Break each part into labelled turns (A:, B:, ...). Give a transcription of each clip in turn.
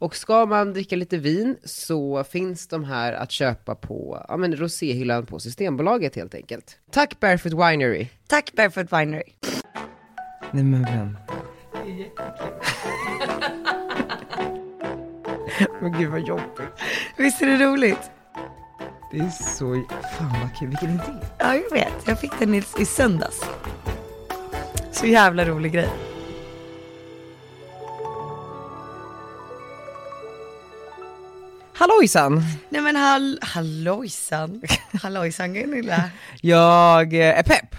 A: Och ska man dricka lite vin så finns de här att köpa på ja, men roséhyllan på Systembolaget helt enkelt. Tack Barefoot Winery!
B: Tack Barefoot Winery.
A: Nej men vem? men gud vad jobbigt.
B: Visst är det roligt?
A: Det är så... Fan vad kul, vilken idé.
B: Ja, jag vet. Jag fick den i, i söndags. Så jävla rolig grej.
A: Hallåjsan!
B: Nej men hall hallojsan. Hallojsan Gunilla.
A: Jag eh, är pepp.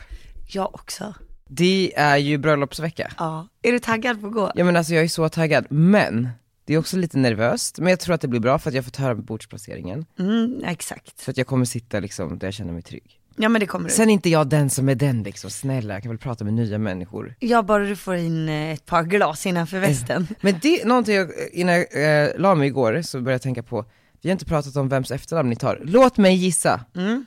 B: Jag också.
A: Det är ju bröllopsvecka.
B: Ja. Är du taggad på att gå?
A: Ja men alltså jag är så taggad, men det är också lite nervöst. Men jag tror att det blir bra för att jag får ta höra bordsplaceringen.
B: Mm, exakt.
A: Så att jag kommer sitta liksom där jag känner mig trygg.
B: Ja men det kommer du.
A: Sen är inte jag den som är den liksom, snälla jag kan väl prata med nya människor.
B: Ja, bara du får in eh, ett par glas innanför västen.
A: Men det, någonting jag, innan jag eh, la mig igår så började jag tänka på, vi har inte pratat om vems efternamn ni tar. Låt mig gissa.
B: Mm.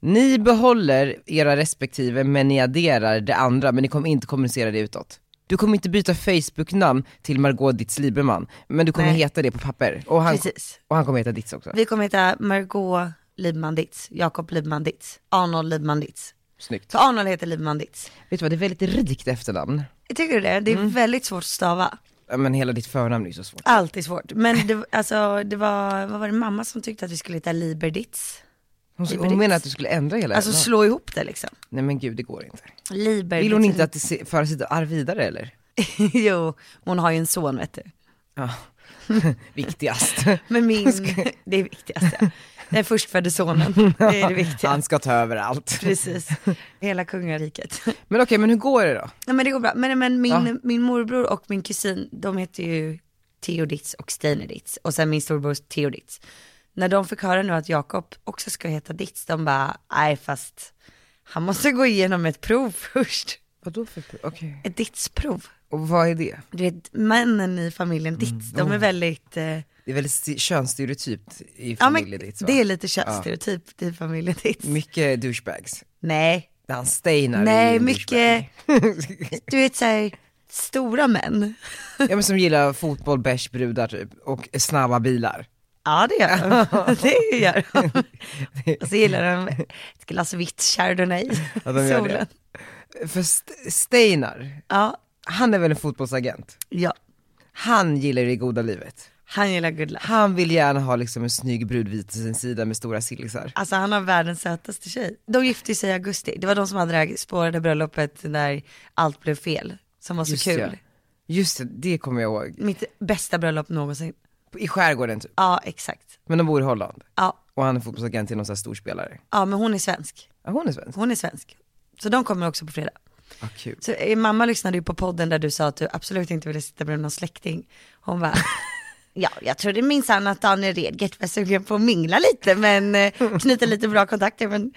A: Ni behåller era respektive men ni adderar det andra men ni kommer inte kommunicera det utåt. Du kommer inte byta Facebook-namn till Margot Ditz Liberman, men du kommer
B: Nej.
A: heta det på papper. Och han,
B: Precis.
A: och han kommer heta Ditz också.
B: Vi kommer heta Margot Libman Ditz, Jakob Libman Ditz, Arnold Libman Ditz.
A: Snyggt.
B: Så Arnold heter Libman Ditz.
A: Vet du vad, det är väldigt rikt efternamn.
B: Tycker du det? Det är väldigt svårt att stava.
A: Ja, Men hela ditt förnamn är ju så svårt.
B: Alltid svårt. Men det, alltså, det var, vad var det, mamma som tyckte att vi skulle heta Liber Ditz?
A: Hon,
B: Ditz.
A: hon menar att du skulle ändra hela
B: Alltså
A: efternamn.
B: slå ihop det liksom.
A: Nej men gud, det går inte.
B: Liber
A: Vill hon
B: Ditz.
A: inte att det se- förs sitt arv vidare eller?
B: jo, hon har ju en son vet du.
A: Ja, viktigast.
B: Men min, det är viktigast ja. Den förstfödde sonen, det är det viktiga.
A: Han ska ta över allt.
B: Precis, hela kungariket.
A: Men okej, men hur går det då?
B: Nej men det går bra, men, men min, min morbror och min kusin, de heter ju Theo Ditz och Steiner Ditz och sen min storbror Theo Ditz. När de fick höra nu att Jakob också ska heta Ditz, de bara, nej fast han måste gå igenom ett prov först.
A: Vadå för Okej.
B: Ett Ditz-prov.
A: Och vad är det?
B: Du vet, männen i familjen Ditz, de är väldigt... Eh,
A: Det är väldigt sti- könsstereotypt i
B: Ja, men
A: familjen ditt va?
B: det är lite könsstereotyp i familjen Ditz.
A: Mycket douchebags.
B: Nej,
A: Han Steinar är ju
B: nej
A: en
B: mycket,
A: douchebag.
B: du vet såhär, stora män.
A: ja men som gillar fotboll, bärs, brudar typ. Och snabba bilar.
B: Ja det gör de, det gör de. Och så gillar de ett glas vitt chardonnay
A: Ja, de
B: i
A: gör
B: solen.
A: För St- Steinar,
B: Ja,
A: han är väl en fotbollsagent?
B: ja,
A: Han gillar det goda livet.
B: han gillar good life.
A: Han vill gärna ha liksom en snygg brud vid sin sida med stora sillisar.
B: Alltså han har världens sötaste tjej. De gifte sig i augusti, det var de som hade det här spårade bröllopet när allt blev fel, som var så kul.
A: Ja. Just det, det kommer jag ihåg.
B: Mitt bästa bröllop någonsin.
A: I skärgården typ.
B: Ja, exakt.
A: Men de bor i Holland.
B: Ja,
A: Och han är fotbollsagent till någon sån här storspelare.
B: ja men hon är svensk.
A: Ja, hon är svensk.
B: Hon är svensk. Så de kommer också på fredag.
A: Ah, kul.
B: Så eh, mamma lyssnade ju på podden där du sa att du absolut inte ville sitta bredvid någon släkting. Hon bara, ja jag trodde minsann att Daniel Redgert var sugen på att mingla lite men eh, knyta lite bra kontakter men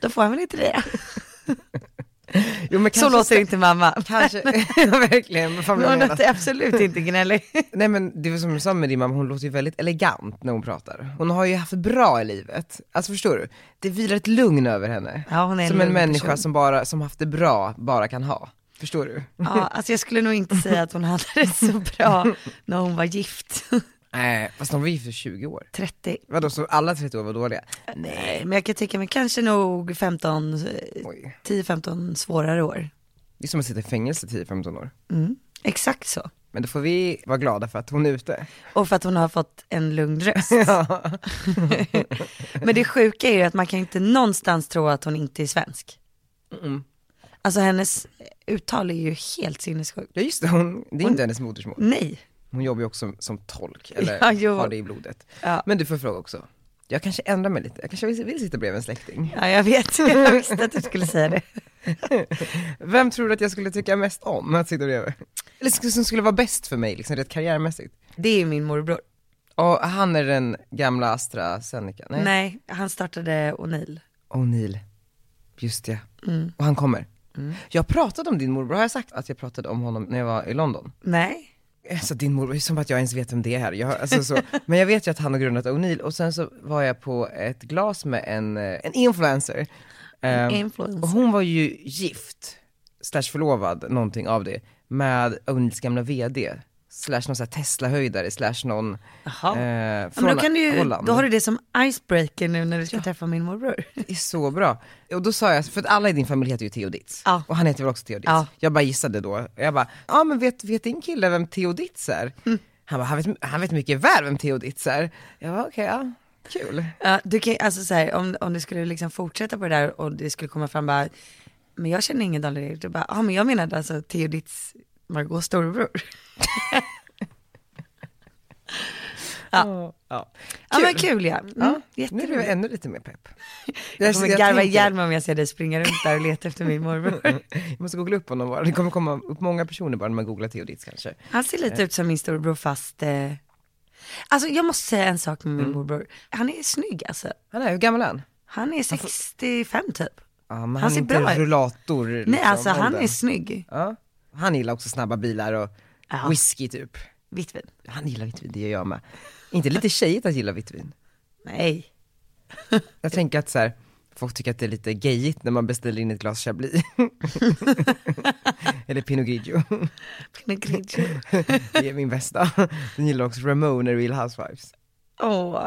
B: då får han väl inte det.
A: Jo, men
B: Så låter inte mamma.
A: Kanske, ja, verkligen. Vad fan vill jag
B: Hon
A: mena?
B: låter absolut inte gnällig.
A: Nej men det var som du sa med din mamma, hon låter ju väldigt elegant när hon pratar. Hon har ju haft bra i livet. Alltså förstår du? Det vilar ett lugn över henne.
B: Ja, hon är en
A: som en
B: lugn
A: människa
B: person.
A: som bara, som haft det bra, bara kan ha. Förstår du?
B: Ja, alltså jag skulle nog inte säga att hon hade det så bra när hon var gift.
A: Nej, fast de var gift för 20 år.
B: 30.
A: Vadå, så alla 30 år var dåliga?
B: Nej, men jag kan tänka mig kanske nog 15, eh,
A: Oj.
B: 10-15 svårare år.
A: Det är som att sitta i fängelse 10-15 år.
B: Mm. Exakt så.
A: Men då får vi vara glada för att hon är ute.
B: Och för att hon har fått en lugn röst. Men det sjuka är ju att man kan inte någonstans tro att hon inte är svensk. Alltså hennes uttal är ju helt sinnessjukt.
A: Ja just det, hon, det är inte hennes modersmål.
B: Nej.
A: Hon jobbar ju också som tolk, eller
B: Ja, jo.
A: har det i blodet.
B: Ja.
A: Men du får fråga också. Jag kanske ändrar mig lite, jag kanske vill, vill sitta bredvid en släkting.
B: Ja, jag vet. Jag visste att du skulle säga det.
A: Vem tror du att jag skulle tycka mest om att sitta bredvid? Eller sk- som skulle vara bäst för mig, liksom, rätt karriärmässigt.
B: Det är ju min morbror.
A: Och han är den gamla AstraZeneca, nej?
B: Nej, han startade O'Neill.
A: O'Neill. Just det.
B: Mm.
A: Och han kommer. Jag pratade om din morbror, har jag sagt att jag pratade om honom när jag var i London?
B: Nej.
A: Alltså din morbror, som att jag ens vet vem det är här. Jag, har- alltså, så, men jag vet ju att han har grundat O'Neill och sen så var jag på ett glas med en, eh, en influencer. Ehm,
B: Influencer.
A: och hon var ju gift, slash förlovad, någonting av det, med O'Neills gamla VD. Slash någon sån här Tesla-höjdare, slash någon
B: Jaha.
A: eh,
B: Ja, men då, kan du, ju-
A: Holland.
B: då har du det som icebreaker nu när du ska träffa min morbror.
A: Det är så bra. Och då sa jag, för att alla i din familj heter ju Theoditz.
B: Ja.
A: Och han heter väl också Theoditz.
B: Ja.
A: Jag bara gissade då. Jag bara, ja men vet, vet din kille vem Theoditz är?
B: Mm.
A: Han bara, han vet, han vet mycket väl vem Theoditz är. Jag bara, okej, ja, kul.
B: Ja, du kan, alltså så här, om, om du skulle liksom fortsätta på det där och det skulle komma fram bara, men jag känner ingen Daniel Erik, du bara, ja ah, men jag menade alltså Theodits Margaux storebror.
A: Ja. ja.
B: Ja men kul ja, mm,
A: Ja, nu blev jag
B: jätteroligt.
A: ännu lite mer pepp.
B: Jag kommer garva
A: tänker-
B: ihjäl mig om jag ser dig springa runt där och leta efter min morbror.
A: Jag måste googla upp honom bara. Det kommer komma upp många personer bara när man googlar Theoditz kanske.
B: Han ser lite ut som min storebror fast, eh... alltså jag måste säga en sak med min
A: Mm.
B: morbror, han är snygg alltså.
A: Han är, hur gammal är han?
B: Han är 65 typ.
A: Ja, men han,
B: ser
A: Alltså- är inte
B: bra ut.
A: rullator. Liksom,
B: Nej alltså han
A: åldern.
B: är snygg.
A: ja. Han gillar också snabba bilar och
B: Ja.
A: whisky typ.
B: Vitt vin.
A: Han gillar vitt vin, det gör jag med. Inte lite tjejigt att gilla vitt vin.
B: Nej.
A: Jag tänker att så här, folk tycker att det är lite gayigt när man beställer in ett glas chablis. Eller Pinot Grigio.
B: Pinot Grigio.
A: Det är min bästa. Den gillar också Ramona i Real Housewives.
B: Åh.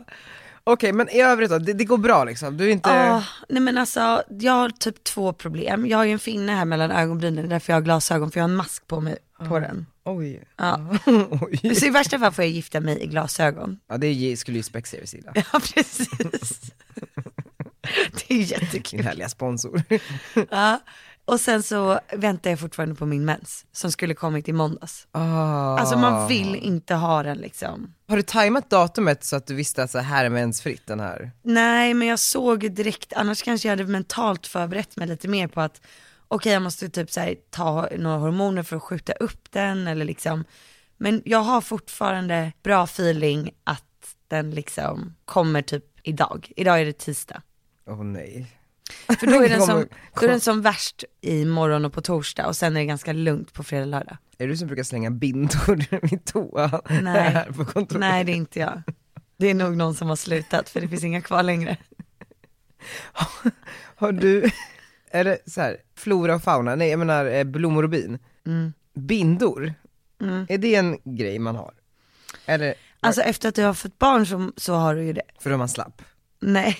A: Okej, men i övrigt då, det, det går bra liksom? Du är inte...
B: Ah, nej men alltså, jag har typ två problem. Jag har ju en finne här mellan ögonbrynen, det är därför jag har glasögon, för jag har en mask på mig, på den.
A: Oj.
B: Ja.
A: Oj.
B: Så i värsta fall får jag gifta mig i glasögon.
A: Ja, det är- skulle ju Specs göra vid sidan.
B: Ja precis. det är jättekul.
A: Din härliga sponsor.
B: Ja. Och sen så väntar jag fortfarande på min mens, som skulle kommit i måndags.
A: Ah.
B: Alltså man vill inte ha den liksom.
A: Har du tajmat datumet så att du visste att så här är mensfritt den här?
B: Nej, men jag såg ju direkt, annars kanske jag hade mentalt förberett mig lite mer på att okej, jag måste typ så här, ta några hormoner för att skjuta upp den eller liksom. Men jag har fortfarande bra feeling att den liksom kommer typ idag. Idag är det tisdag.
A: Åh nej.
B: För då är den som,
A: Kommer-
B: då är den som värst i morgon och på torsdag och sen är det ganska lugnt på fredag och lördag.
A: Är det du som brukar slänga bindor vid toa
B: Nej.
A: här på kontoret?
B: Nej, det är inte jag. Det är nog någon som har slutat för det finns inga kvar längre.
A: Har du, är det så här, flora och fauna, nej jag menar eh, blommor och bin.
B: Mm.
A: Bindor, är det en grej man har? Eller,
B: Alltså efter att du har fått barn så, så har du ju det.
A: för då är man slapp?
B: Nej,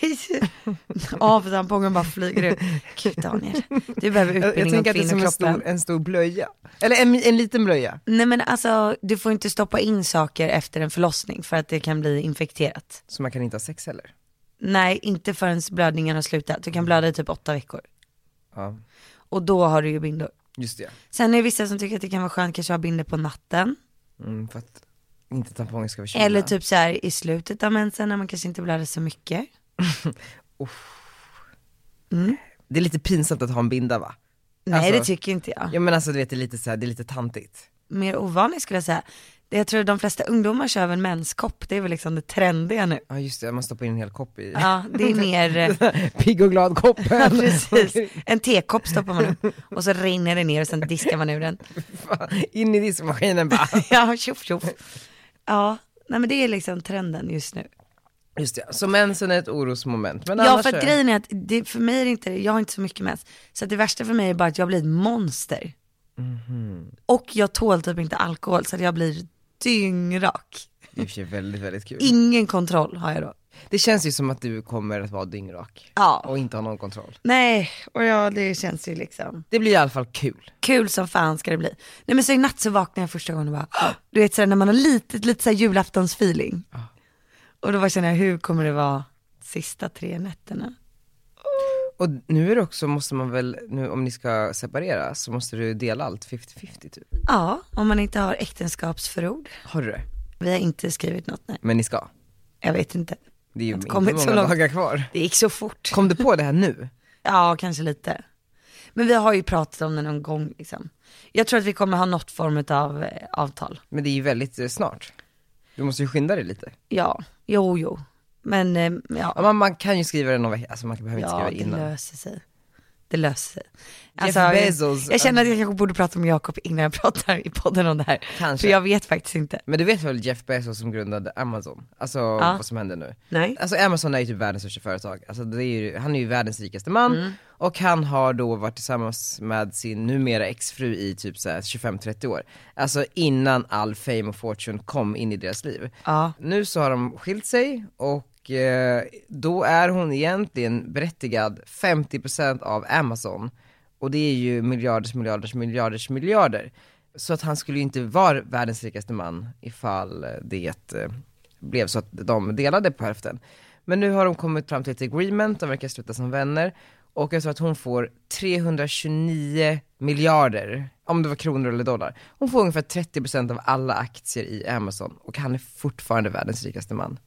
B: av tampongen bara flyger ut. Gud Daniel, du behöver
A: Jag, jag
B: utbildning om
A: tänker att det är som en
B: kvinnokroppen.
A: stor, en stor blöja, eller en, en liten blöja.
B: Nej men alltså, du får inte stoppa in saker efter en förlossning för att det kan bli infekterat.
A: Så man kan inte ha sex heller.
B: Nej, inte förrän blödningen har slutat. Du kan blöda i typ åtta veckor.
A: Ja,
B: Och då har du ju bindor.
A: just det.
B: Sen är det vissa som tycker att det kan vara skönt kanske att ha bindor på natten.
A: Mm, för att inte tampongen ska vara kyla.
B: Eller typ så här i slutet av mensen när man kanske inte blöder så mycket.
A: Det är lite pinsamt att ha en binda va?
B: Nej
A: Alltså-
B: det tycker inte jag.
A: Ja men alltså du vet det är lite så här, det är lite tantigt.
B: Mer ovanligt skulle jag säga. Det- Jag tror de flesta ungdomar kör en menskopp, det är väl liksom det trendiga nu.
A: Ja just det, man stoppar in en hel kopp i.
B: Ja, det är mer, eh,
A: Pigg och glad koppen.
B: ja, precis. En tekopp stoppar man upp och så rinner det ner och sen diskar man ur den.
A: Fan, In i diskmaskinen bara.
B: Ja, tjoff tjoff. Ja, nej men det är liksom trenden just nu.
A: Just det, så mensen är ett orosmoment. Men
B: Ja,
A: annars
B: för att
A: är-
B: grejen är att det, för mig är det inte det, jag har inte så mycket mens. Så att det värsta för mig är bara att jag blir ett monster. Och jag tål typ inte alkohol så att jag blir dyngrak.
A: Det är i och för sig väldigt, väldigt kul.
B: Ingen kontroll har jag då.
A: Det känns ju som att du kommer att vara dyngrak.
B: Ja.
A: Och inte ha någon kontroll.
B: Nej, och ja det känns ju liksom
A: Det blir i alla fall kul.
B: kul som fan ska det bli. Nej men så i natt så vaknade jag första gången och bara, "Åh!" du vet sådär när man har lite, lite såhär julaftonsfeeling. Och då bara känner jag, hur kommer det vara sista tre nätterna?
A: Och nu är det också, måste man väl, nu om ni ska separera så måste du dela allt 50-50 typ.
B: Ja, om man inte har äktenskapsförord.
A: Har du det?
B: Vi har inte skrivit något, nej.
A: Men ni ska?
B: Jag vet inte.
A: Det är ju
B: Har inte
A: inte
B: kommit
A: många
B: så långt.
A: dagar kvar.
B: Det gick så fort.
A: Kom du på det här nu?
B: Ja, kanske lite. Men vi har ju pratat om det någon gång liksom. Jag tror att vi kommer ha något form av eh, avtal.
A: Men det är ju väldigt eh, snart. Du måste ju skynda dig lite.
B: Ja, jo, jo. Men eh,
A: Ja,
B: ja,
A: man, man kan ju skriva det någon vecka, alltså man behöver inte
B: ja
A: skriva
B: det
A: innan.
B: löser sig. Det löser sig.
A: Jeff
B: Alltså, jag-
A: Bezos,
B: Jag känner att jag kanske borde prata med Jakob innan jag pratar i podden om det här.
A: Kanske.
B: För jag vet faktiskt inte.
A: Men du vet väl Jeff Bezos som grundade Amazon? Alltså vad som händer nu.
B: Nej.
A: Alltså Amazon är ju typ världens största företag, alltså det är ju, han är ju världens rikaste man
B: Mm.
A: och han har då varit tillsammans med sin numera exfru i typ så här 25-30 år. Alltså innan all fame och fortune kom in i deras liv.
B: Ja.
A: Nu så har de skilt sig och eh, då är hon egentligen berättigad 50% av Amazon och det är ju miljarders miljarders miljarders miljarder. Så att han skulle ju inte vara världens rikaste man ifall det eh, blev så att de delade på hälften. Men nu har de kommit fram till ett agreement, de verkar sluta som vänner och jag tror att hon får 329 miljarder, om det var kronor eller dollar. Hon får ungefär 30% av alla aktier i Amazon och han är fortfarande världens rikaste man.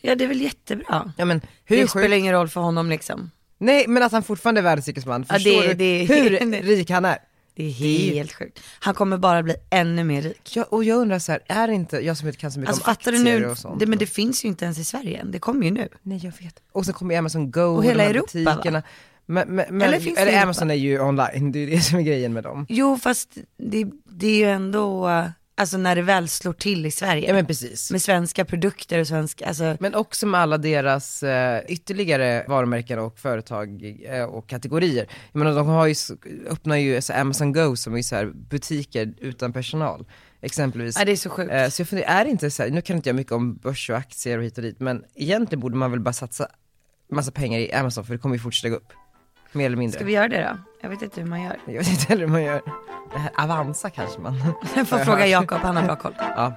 B: Ja, det är väl jättebra.
A: Ja men hur
B: Det
A: sjukt?
B: spelar ingen roll för honom liksom.
A: Nej men att han fortfarande är världens rikaste man,
B: Ja,
A: förstår
B: det-
A: du
B: det-
A: hur rik han är?
B: Det är
A: Det är-
B: helt sjukt. Han kommer bara bli ännu mer rik.
A: Ja, och jag undrar så här, är det inte, jag som inte kan så mycket
B: Alltså
A: om
B: fattar
A: aktier
B: du nu?
A: och sånt.
B: Det, men det finns ju inte ens i Sverige än. Det kommer ju nu.
A: Nej jag vet. Och sen kommer ju Amazon Go och,
B: hela
A: de här
B: Europa, va?
A: butikerna. Men, men, men,
B: Eller
A: eller
B: finns det i Europa?
A: Amazon är ju online, det är ju det som är grejen med dem.
B: Jo, fast det, det är ju ändå, eh, alltså när det väl slår till i Sverige.
A: Ja men precis.
B: Med svenska produkter och svenska, alltså
A: Men också med alla deras eh, ytterligare varumärken och företag eh, och kategorier. Jag menar, de har ju, s- öppnar ju så Amazon Go som är så här butiker utan personal, exempelvis.
B: ja, det är så sjukt.
A: Eh, Så jag funderar, är det inte så här, nu kan inte jag mycket om börs och aktier och hit och dit, men egentligen borde man väl bara satsa massa pengar i Amazon för det kommer ju fortsätta gå upp. Mer eller mindre.
B: Ska vi göra det då? Jag vet inte hur man gör.
A: Jag vet inte heller hur man gör. Det här Avanza kanske man.
B: Jag får fråga Jakob, han har bra koll.
A: ja.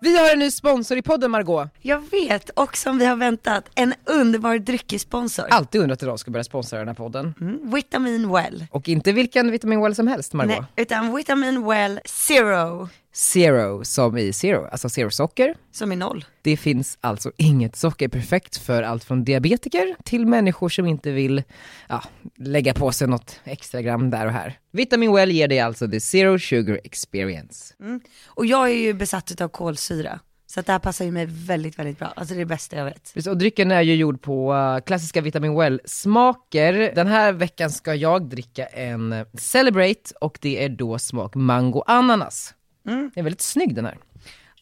A: Vi har en ny sponsor i podden Margot.
B: Jag vet, och som vi har väntat, en underbar dryckessponsor.
A: Alltid undrat hur de ska börja sponsra den här podden.
B: Mm, Vitamin Well.
A: Och inte vilken vitamin well som helst Margot.
B: Nej, utan Vitamin Well Zero,
A: Zero som i zero, alltså zero socker.
B: som är noll.
A: Det finns alltså inget socker perfekt för allt från diabetiker till människor som inte vill ja, lägga på sig något extra gram där och här. Vitamin Well ger dig alltså the zero sugar experience.
B: Och jag är ju besatt av kolsyra, så att det här passar ju mig väldigt, väldigt bra. Alltså det är det bästa jag vet.
A: Precis, Och drycken är ju gjord på eh, klassiska Vitamin Well-smaker. Den här veckan ska jag dricka en eh, Celebrate och det är då smak mango ananas. Den är väldigt snygg den här.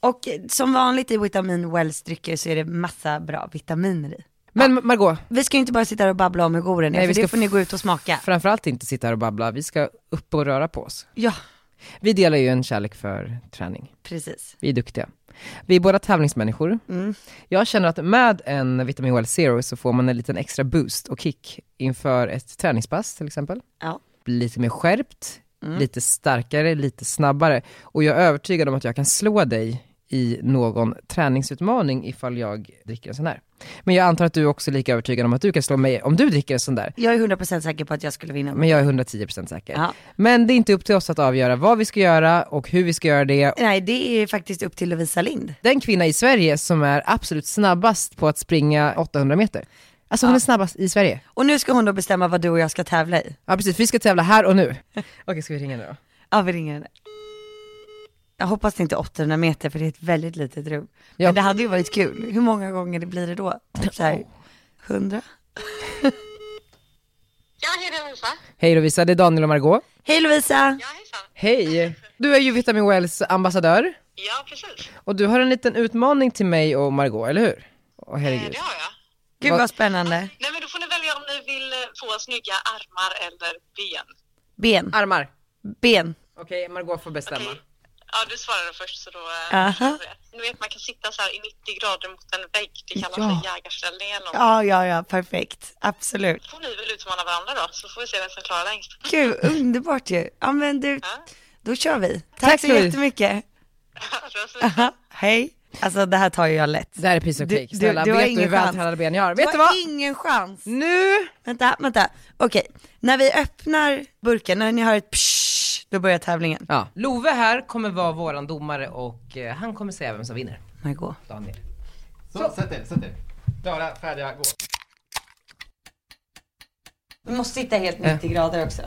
B: Och eh, som vanligt i Vitamin Wells drycker så är det massa bra vitaminer i.
A: Men Margot,
B: Vi ska ju inte bara sitta här och babbla om hur god den är,
A: Nej,
B: för
A: vi ska
B: det får ni gå ut och smaka.
A: framförallt inte sitta här och babbla, vi ska upp och röra på oss.
B: Ja,
A: Vi delar ju en kärlek för träning.
B: precis.
A: Vi är duktiga. Vi är båda tävlingsmänniskor. Jag känner att med en Vitamin Well Zero så får man en liten extra boost och kick inför ett träningspass till exempel.
B: Ja.
A: Blir lite mer skärpt, lite starkare, lite snabbare. Och jag är övertygad om att jag kan slå dig i någon träningsutmaning ifall jag dricker en sån här. Men jag antar att du är också lika övertygad om att du kan slå mig om du dricker en sån där.
B: Jag är 100% säker på att jag skulle vinna.
A: Men jag är 110% säker.
B: Ja.
A: Men det är inte upp till oss att avgöra vad vi ska göra och hur vi ska göra det
B: Nej, det är faktiskt upp till Lovisa Lind.
A: den kvinna i Sverige som är absolut snabbast på att springa 800 meter. Alltså hon är snabbast i Sverige.
B: Och nu ska hon då bestämma vad du och jag ska tävla i.
A: Ja precis, vi ska tävla här och nu. Okej, ska vi ringa nu då?
B: Ja, vi ringer henne. Jag hoppas det inte är 800 meter för det är ett väldigt litet rum. Men
A: Ja.
B: det hade ju varit kul. Hur många gånger det blir det då? Typ så här, 100?
C: Ja, hej det är Lovisa.
A: Hej Lovisa, det är Daniel och Margot.
B: Hej Lovisa!
C: Ja, hejsan.
A: Hej! Du är ju Vitamin Wells ambassadör
C: Ja, precis. Eh,
A: och du har en liten utmaning till mig och Margot, eller hur? Åh
C: Eh,
A: herregud.
C: Det har jag.
B: Gud vad spännande.
C: Nej, men då får ni välja om ni vill eh, få snygga armar eller ben.
B: Ben,
A: Armar.
B: ben.
A: Okej, Margot får bestämma.
C: Okej. Ja, du svarade först så då... eh,
B: Aha.
C: förstår jag det. Ni vet, man kan sitta så här i 90 grader mot en vägg. Det kallas
A: Ja.
C: för jägarställning eller något.
B: Ja, ja, ja, perfekt. Absolut.
C: får ni väl utmana varandra då, så får vi se vem som klarar längst.
B: Gud, underbart ju. Ja men du,
C: Ja.
B: då kör vi. Tack,
A: Tack,
B: så
A: Lovisa.
B: jättemycket.
C: Puss, puss.
B: Aha, hej. Alltså det här tar ju jag lätt.
A: Det här är piece of
B: Du-
A: cake,
B: du-
A: snälla
B: du har
A: vet du
B: ingen
A: hur
B: chans.
A: vältränade ben jag har?
B: Du
A: Vet du vad?
B: har ingen chans.
A: Nu!
B: Vänta, vänta. Okej, när vi öppnar burken, när ni hör ett psh, då börjar tävlingen.
A: Ja. Love här kommer vara våran domare och eh, han kommer säga vem som vinner.
B: Margot.
A: Daniel.
D: Så, sätt er, sätt er. Klara, färdiga, gå.
B: Du måste sitta helt 90 grader också.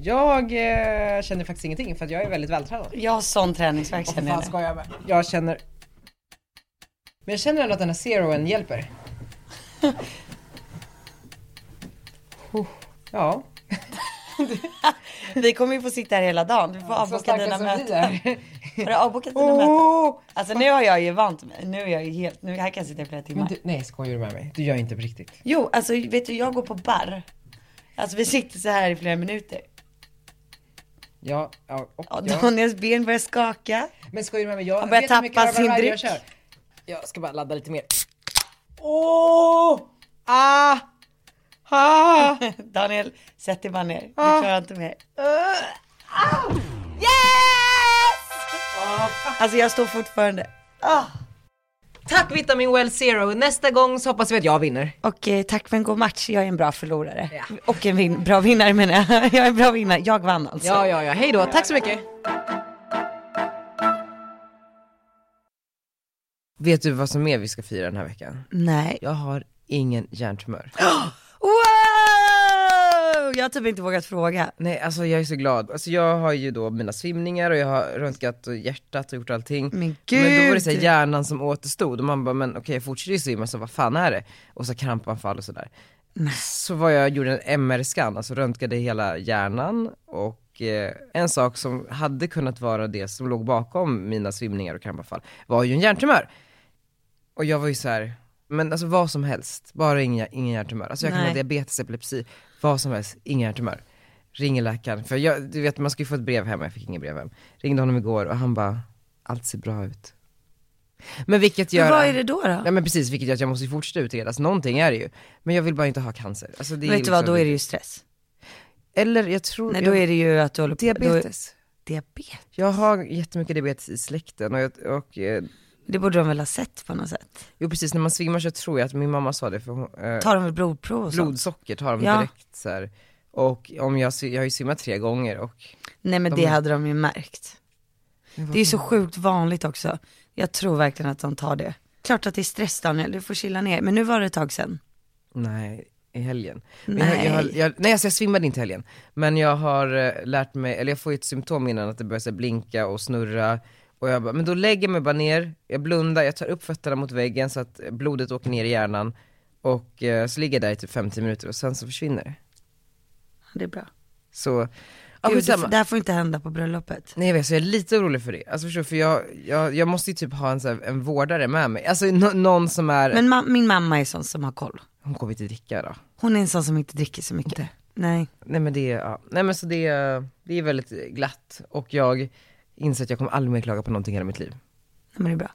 A: Jag eh, känner faktiskt ingenting för att jag är väldigt vältränad.
B: Jag har sån träningsvärk
A: Vad
B: känner jag
A: fan
B: nu.
A: ska jag med? Jag känner... Men jag känner ändå att den här zeroen hjälper. Huh, ja.
B: Vi kommer ju få sitta här hela dagen. Du får avboka dina möten. Har du avbokat dina möten?
A: oh!
B: Alltså nu har jag ju vant mig. Nu är jag ju helt, nu här kan jag sitta i flera timmar.
A: Men du, nej skojar du med mig? Du gör inte på riktigt.
B: Jo, alltså vet du, jag går på barr. Alltså vi sitter så här i flera minuter.
A: Ja, ja, och,
B: Ja,
A: ja.
B: Daniels ben börjar skaka.
A: Men skojar du med mig? Jag
B: Han börjar
A: vet hur mycket
B: tappa
A: Barbara
B: sin
A: Ryder jag
B: dryck.
A: kör. Jag ska bara ladda lite mer. Åh! Oh! Ah! Ah!
B: Daniel, sätt dig bara ner. Du
A: Ah.
B: klarar inte mer. Uh. Au! Yes! Alltså jag står fortfarande. Ah.
A: Tack Vitamin Well Zero. Nästa gång så hoppas vi att jag vinner.
B: Och eh, tack för en god match, jag är en bra förlorare. Och en vin- bra vinnare menar jag. Jag är en bra vinnare, jag vann alltså.
A: Ja, ja, ja. Hej då. Tack så mycket. Vet du vad som mer vi ska fira den här veckan?
B: Nej.
A: Jag har ingen hjärntumör.
B: Wow! Jag har typ inte vågat fråga.
A: Nej, alltså jag är så glad. Alltså jag har ju då mina svimningar och jag har röntgat och hjärtat och gjort allting.
B: Men
A: Men då var det
B: gud.
A: så här hjärnan som återstod och man bara, men okej jag fortsätter ju simma så vad fan är det? Och så krampanfall och sådär. Så var jag, gjorde en MR-scan, alltså röntgade hela hjärnan och eh, en sak som hade kunnat vara det som låg bakom mina svimningar och krampanfall var ju en hjärntumör. Och jag var ju så här, men alltså vad som helst, bara ingen, ingen hjärntumör. Alltså jag kan
B: Nej.
A: ha diabetes, epilepsi, vad som helst, ingen hjärntumör. Ringer läkaren, för jag, du vet man ska ju få ett brev hem, jag fick inget brev hem. Ringde honom igår och han bara, allt ser bra ut. Men vilket gör...
B: Men vad är det då då?
A: Nej men precis, vilket gör att jag måste ju fortsätta utredas, någonting är det ju. Men jag vill bara inte ha cancer. Alltså, det är
B: Vet du vad,
A: liksom-
B: då är det ju stress.
A: Eller jag tror...
B: Nej då är det ju att du håller på. Då,
A: Diabetes.
B: diabetes.
A: Jag har jättemycket diabetes i släkten och, jag, och eh,
B: Det borde de väl ha sett på något sätt?
A: jo precis när man svimmar så tror jag att min mamma sa det för hon, eh,
B: Tar de väl blodprov och sånt?
A: blodsocker tar de
B: Ja.
A: direkt så här. Och om jag, sy- jag har ju simmat tre gånger och
B: Nej men
A: De-
B: det hade de ju märkt. Det är ju så sjukt vanligt också. Jag tror verkligen att de tar det. Klart att det är stress Daniel, du får chilla ner. Men nu var det ett tag sedan.
A: nej, i helgen. Men jag har- Jag, har-
B: Nej.
A: jag, nej alltså jag svimmade inte i helgen. Men jag har eh, lärt mig, eller jag får ju ett symptom innan att det börjar så här, blinka och snurra. Och jag bara, men då lägger jag mig bara ner, jag blundar, jag tar upp fötterna mot väggen så att eh, blodet åker ner i hjärnan. Och eh, så ligger jag där i typ 50 minuter och sen så försvinner det.
B: Det är bra.
A: Så, ja,
B: Gud, det,
A: skitsamma.
B: får- det här får inte hända på bröllopet.
A: Nej jag vet, så jag är lite orolig för det. Alltså förstår du, för jag, jag, jag måste ju typ ha en, så här, en vårdare med mig. Alltså nå- någon som är,
B: Men ma- min mamma är sån som har koll.
A: hon kommer inte dricka då.
B: Hon är en sån som inte dricker så mycket. Nej.
A: Nej men det, är- ja. Nej men så det, är- det är väldigt glatt och jag inser att jag kommer aldrig mer klaga på någonting i hela mitt liv.
B: Nej, men det är bra.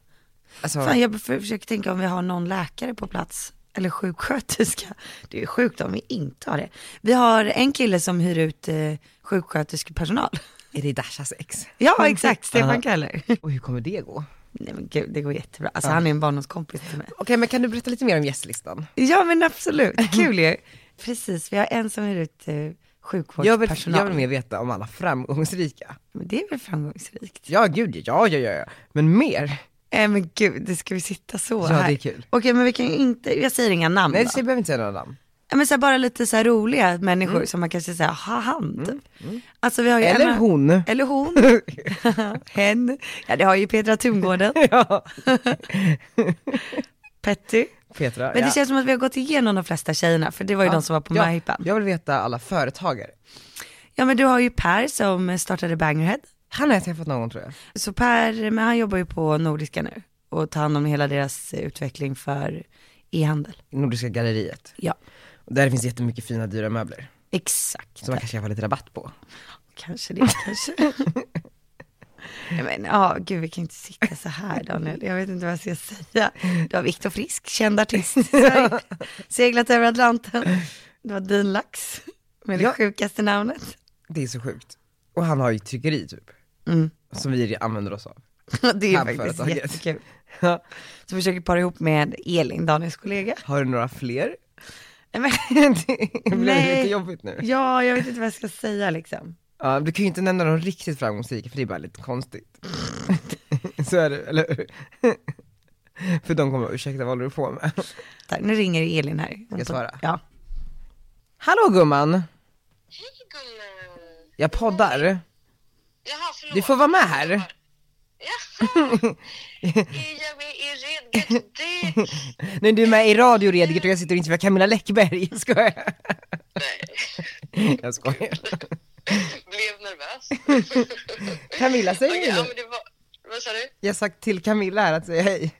A: Alltså,
B: Fan, jag för- försöker tänka om vi har någon läkare på plats. Eller sjuksköterska. Det är ju sjukt om vi inte har det. Vi har en kille som hyr ut eh, sjuksköterskepersonal.
A: är det Dashas ex?
B: Ja, exakt. Stefan
A: Mm. Ja.
B: Keller.
A: Och hur kommer det gå?
B: Nej men gud, det går jättebra. Alltså han är en barndomskompis till mig.
A: Okej men kan du berätta lite mer om gästlistan?
B: Ja men absolut, kul ju. Precis, vi har en som är ut eh,
A: Jag vill,
B: sjukvårdspersonal.
A: jag vill mer veta om alla framgångsrika.
B: Men det är väl framgångsrikt?
A: Ja gud ja, ja ja ja, men mer?
B: Nej Eh, men gud, det ska vi sitta så
A: Ja,
B: här?
A: det är kul.
B: Okej men vi kan ju inte, jag säger inga namn
A: Nej
B: då.
A: du behöver inte säga några namn.
B: Ja, Men så här, bara lite så här roliga människor som man kanske säger, ha han typ. Alltså vi har ju
A: Mm. Eller
B: en,
A: hon.
B: Eller hon. Hen. Ja det har ju Petra Tungården.
A: Ja.
B: Petty.
A: Petra,
B: Men det
A: ja.
B: känns som att vi har gått igenom de flesta tjejerna, för det var ju de som var på
A: ja,
B: Majpan.
A: Jag vill veta alla företagare.
B: Ja men du har ju Per som startade Bangerhead.
A: Han har jag träffat någon gång tror jag.
B: Så Per, men han jobbar ju på Nordiska nu och tar hand om hela deras eh, utveckling för e-handel.
A: I Nordiska galleriet.
B: Ja,
A: Och där finns jättemycket fina dyra möbler.
B: exakt.
A: Som man kanske kan få lite rabatt på.
B: Kanske det, kanske. Nej, men ja, gud vi kan inte sitta så här Daniel. Jag vet inte vad jag ska säga. Du har Viktor Frisk, känd artist. i Sverige. Seglat över Atlanten. Du har Dean Lax med det
A: Ja.
B: sjukaste namnet.
A: Det är så sjukt. Och han har ju tryckeri typ.
B: Mm.
A: Som vi använder oss av.
B: Det är
A: Han
B: faktiskt
A: företaget.
B: jättekul. Så försöker para ihop med Elin, Daniels kollega.
A: har du några fler?
B: Nej, men,
A: det blev
B: Nej.
A: lite jobbigt nu.
B: ja, jag vet inte vad jag ska säga liksom.
A: Ja, du kan ju inte nämna de riktigt framgångsrika för det är bara lite konstigt. så är det, eller hur? För de kommer ursäkta vad håller du på med?
B: Där, nu ringer Elin här. Ska
A: jag svara?
B: Ja.
A: Hallå gumman!
C: Hej gullen!
A: Jag poddar.
C: Jaha, förlåt.
A: Du får vara med här.
C: Jaha, är jag med i Redget Dick?
A: Nej du är med i Radio Redgert och jag sitter och intervjuar Camilla Läckberg. Skojar.
C: Nej,
A: Jag skojar.
C: blev nervös.
A: Camilla säger
C: Okej, ja,
A: hej.
C: men det var, vad sa du?
A: Jag har sagt till Camilla här att säga hej.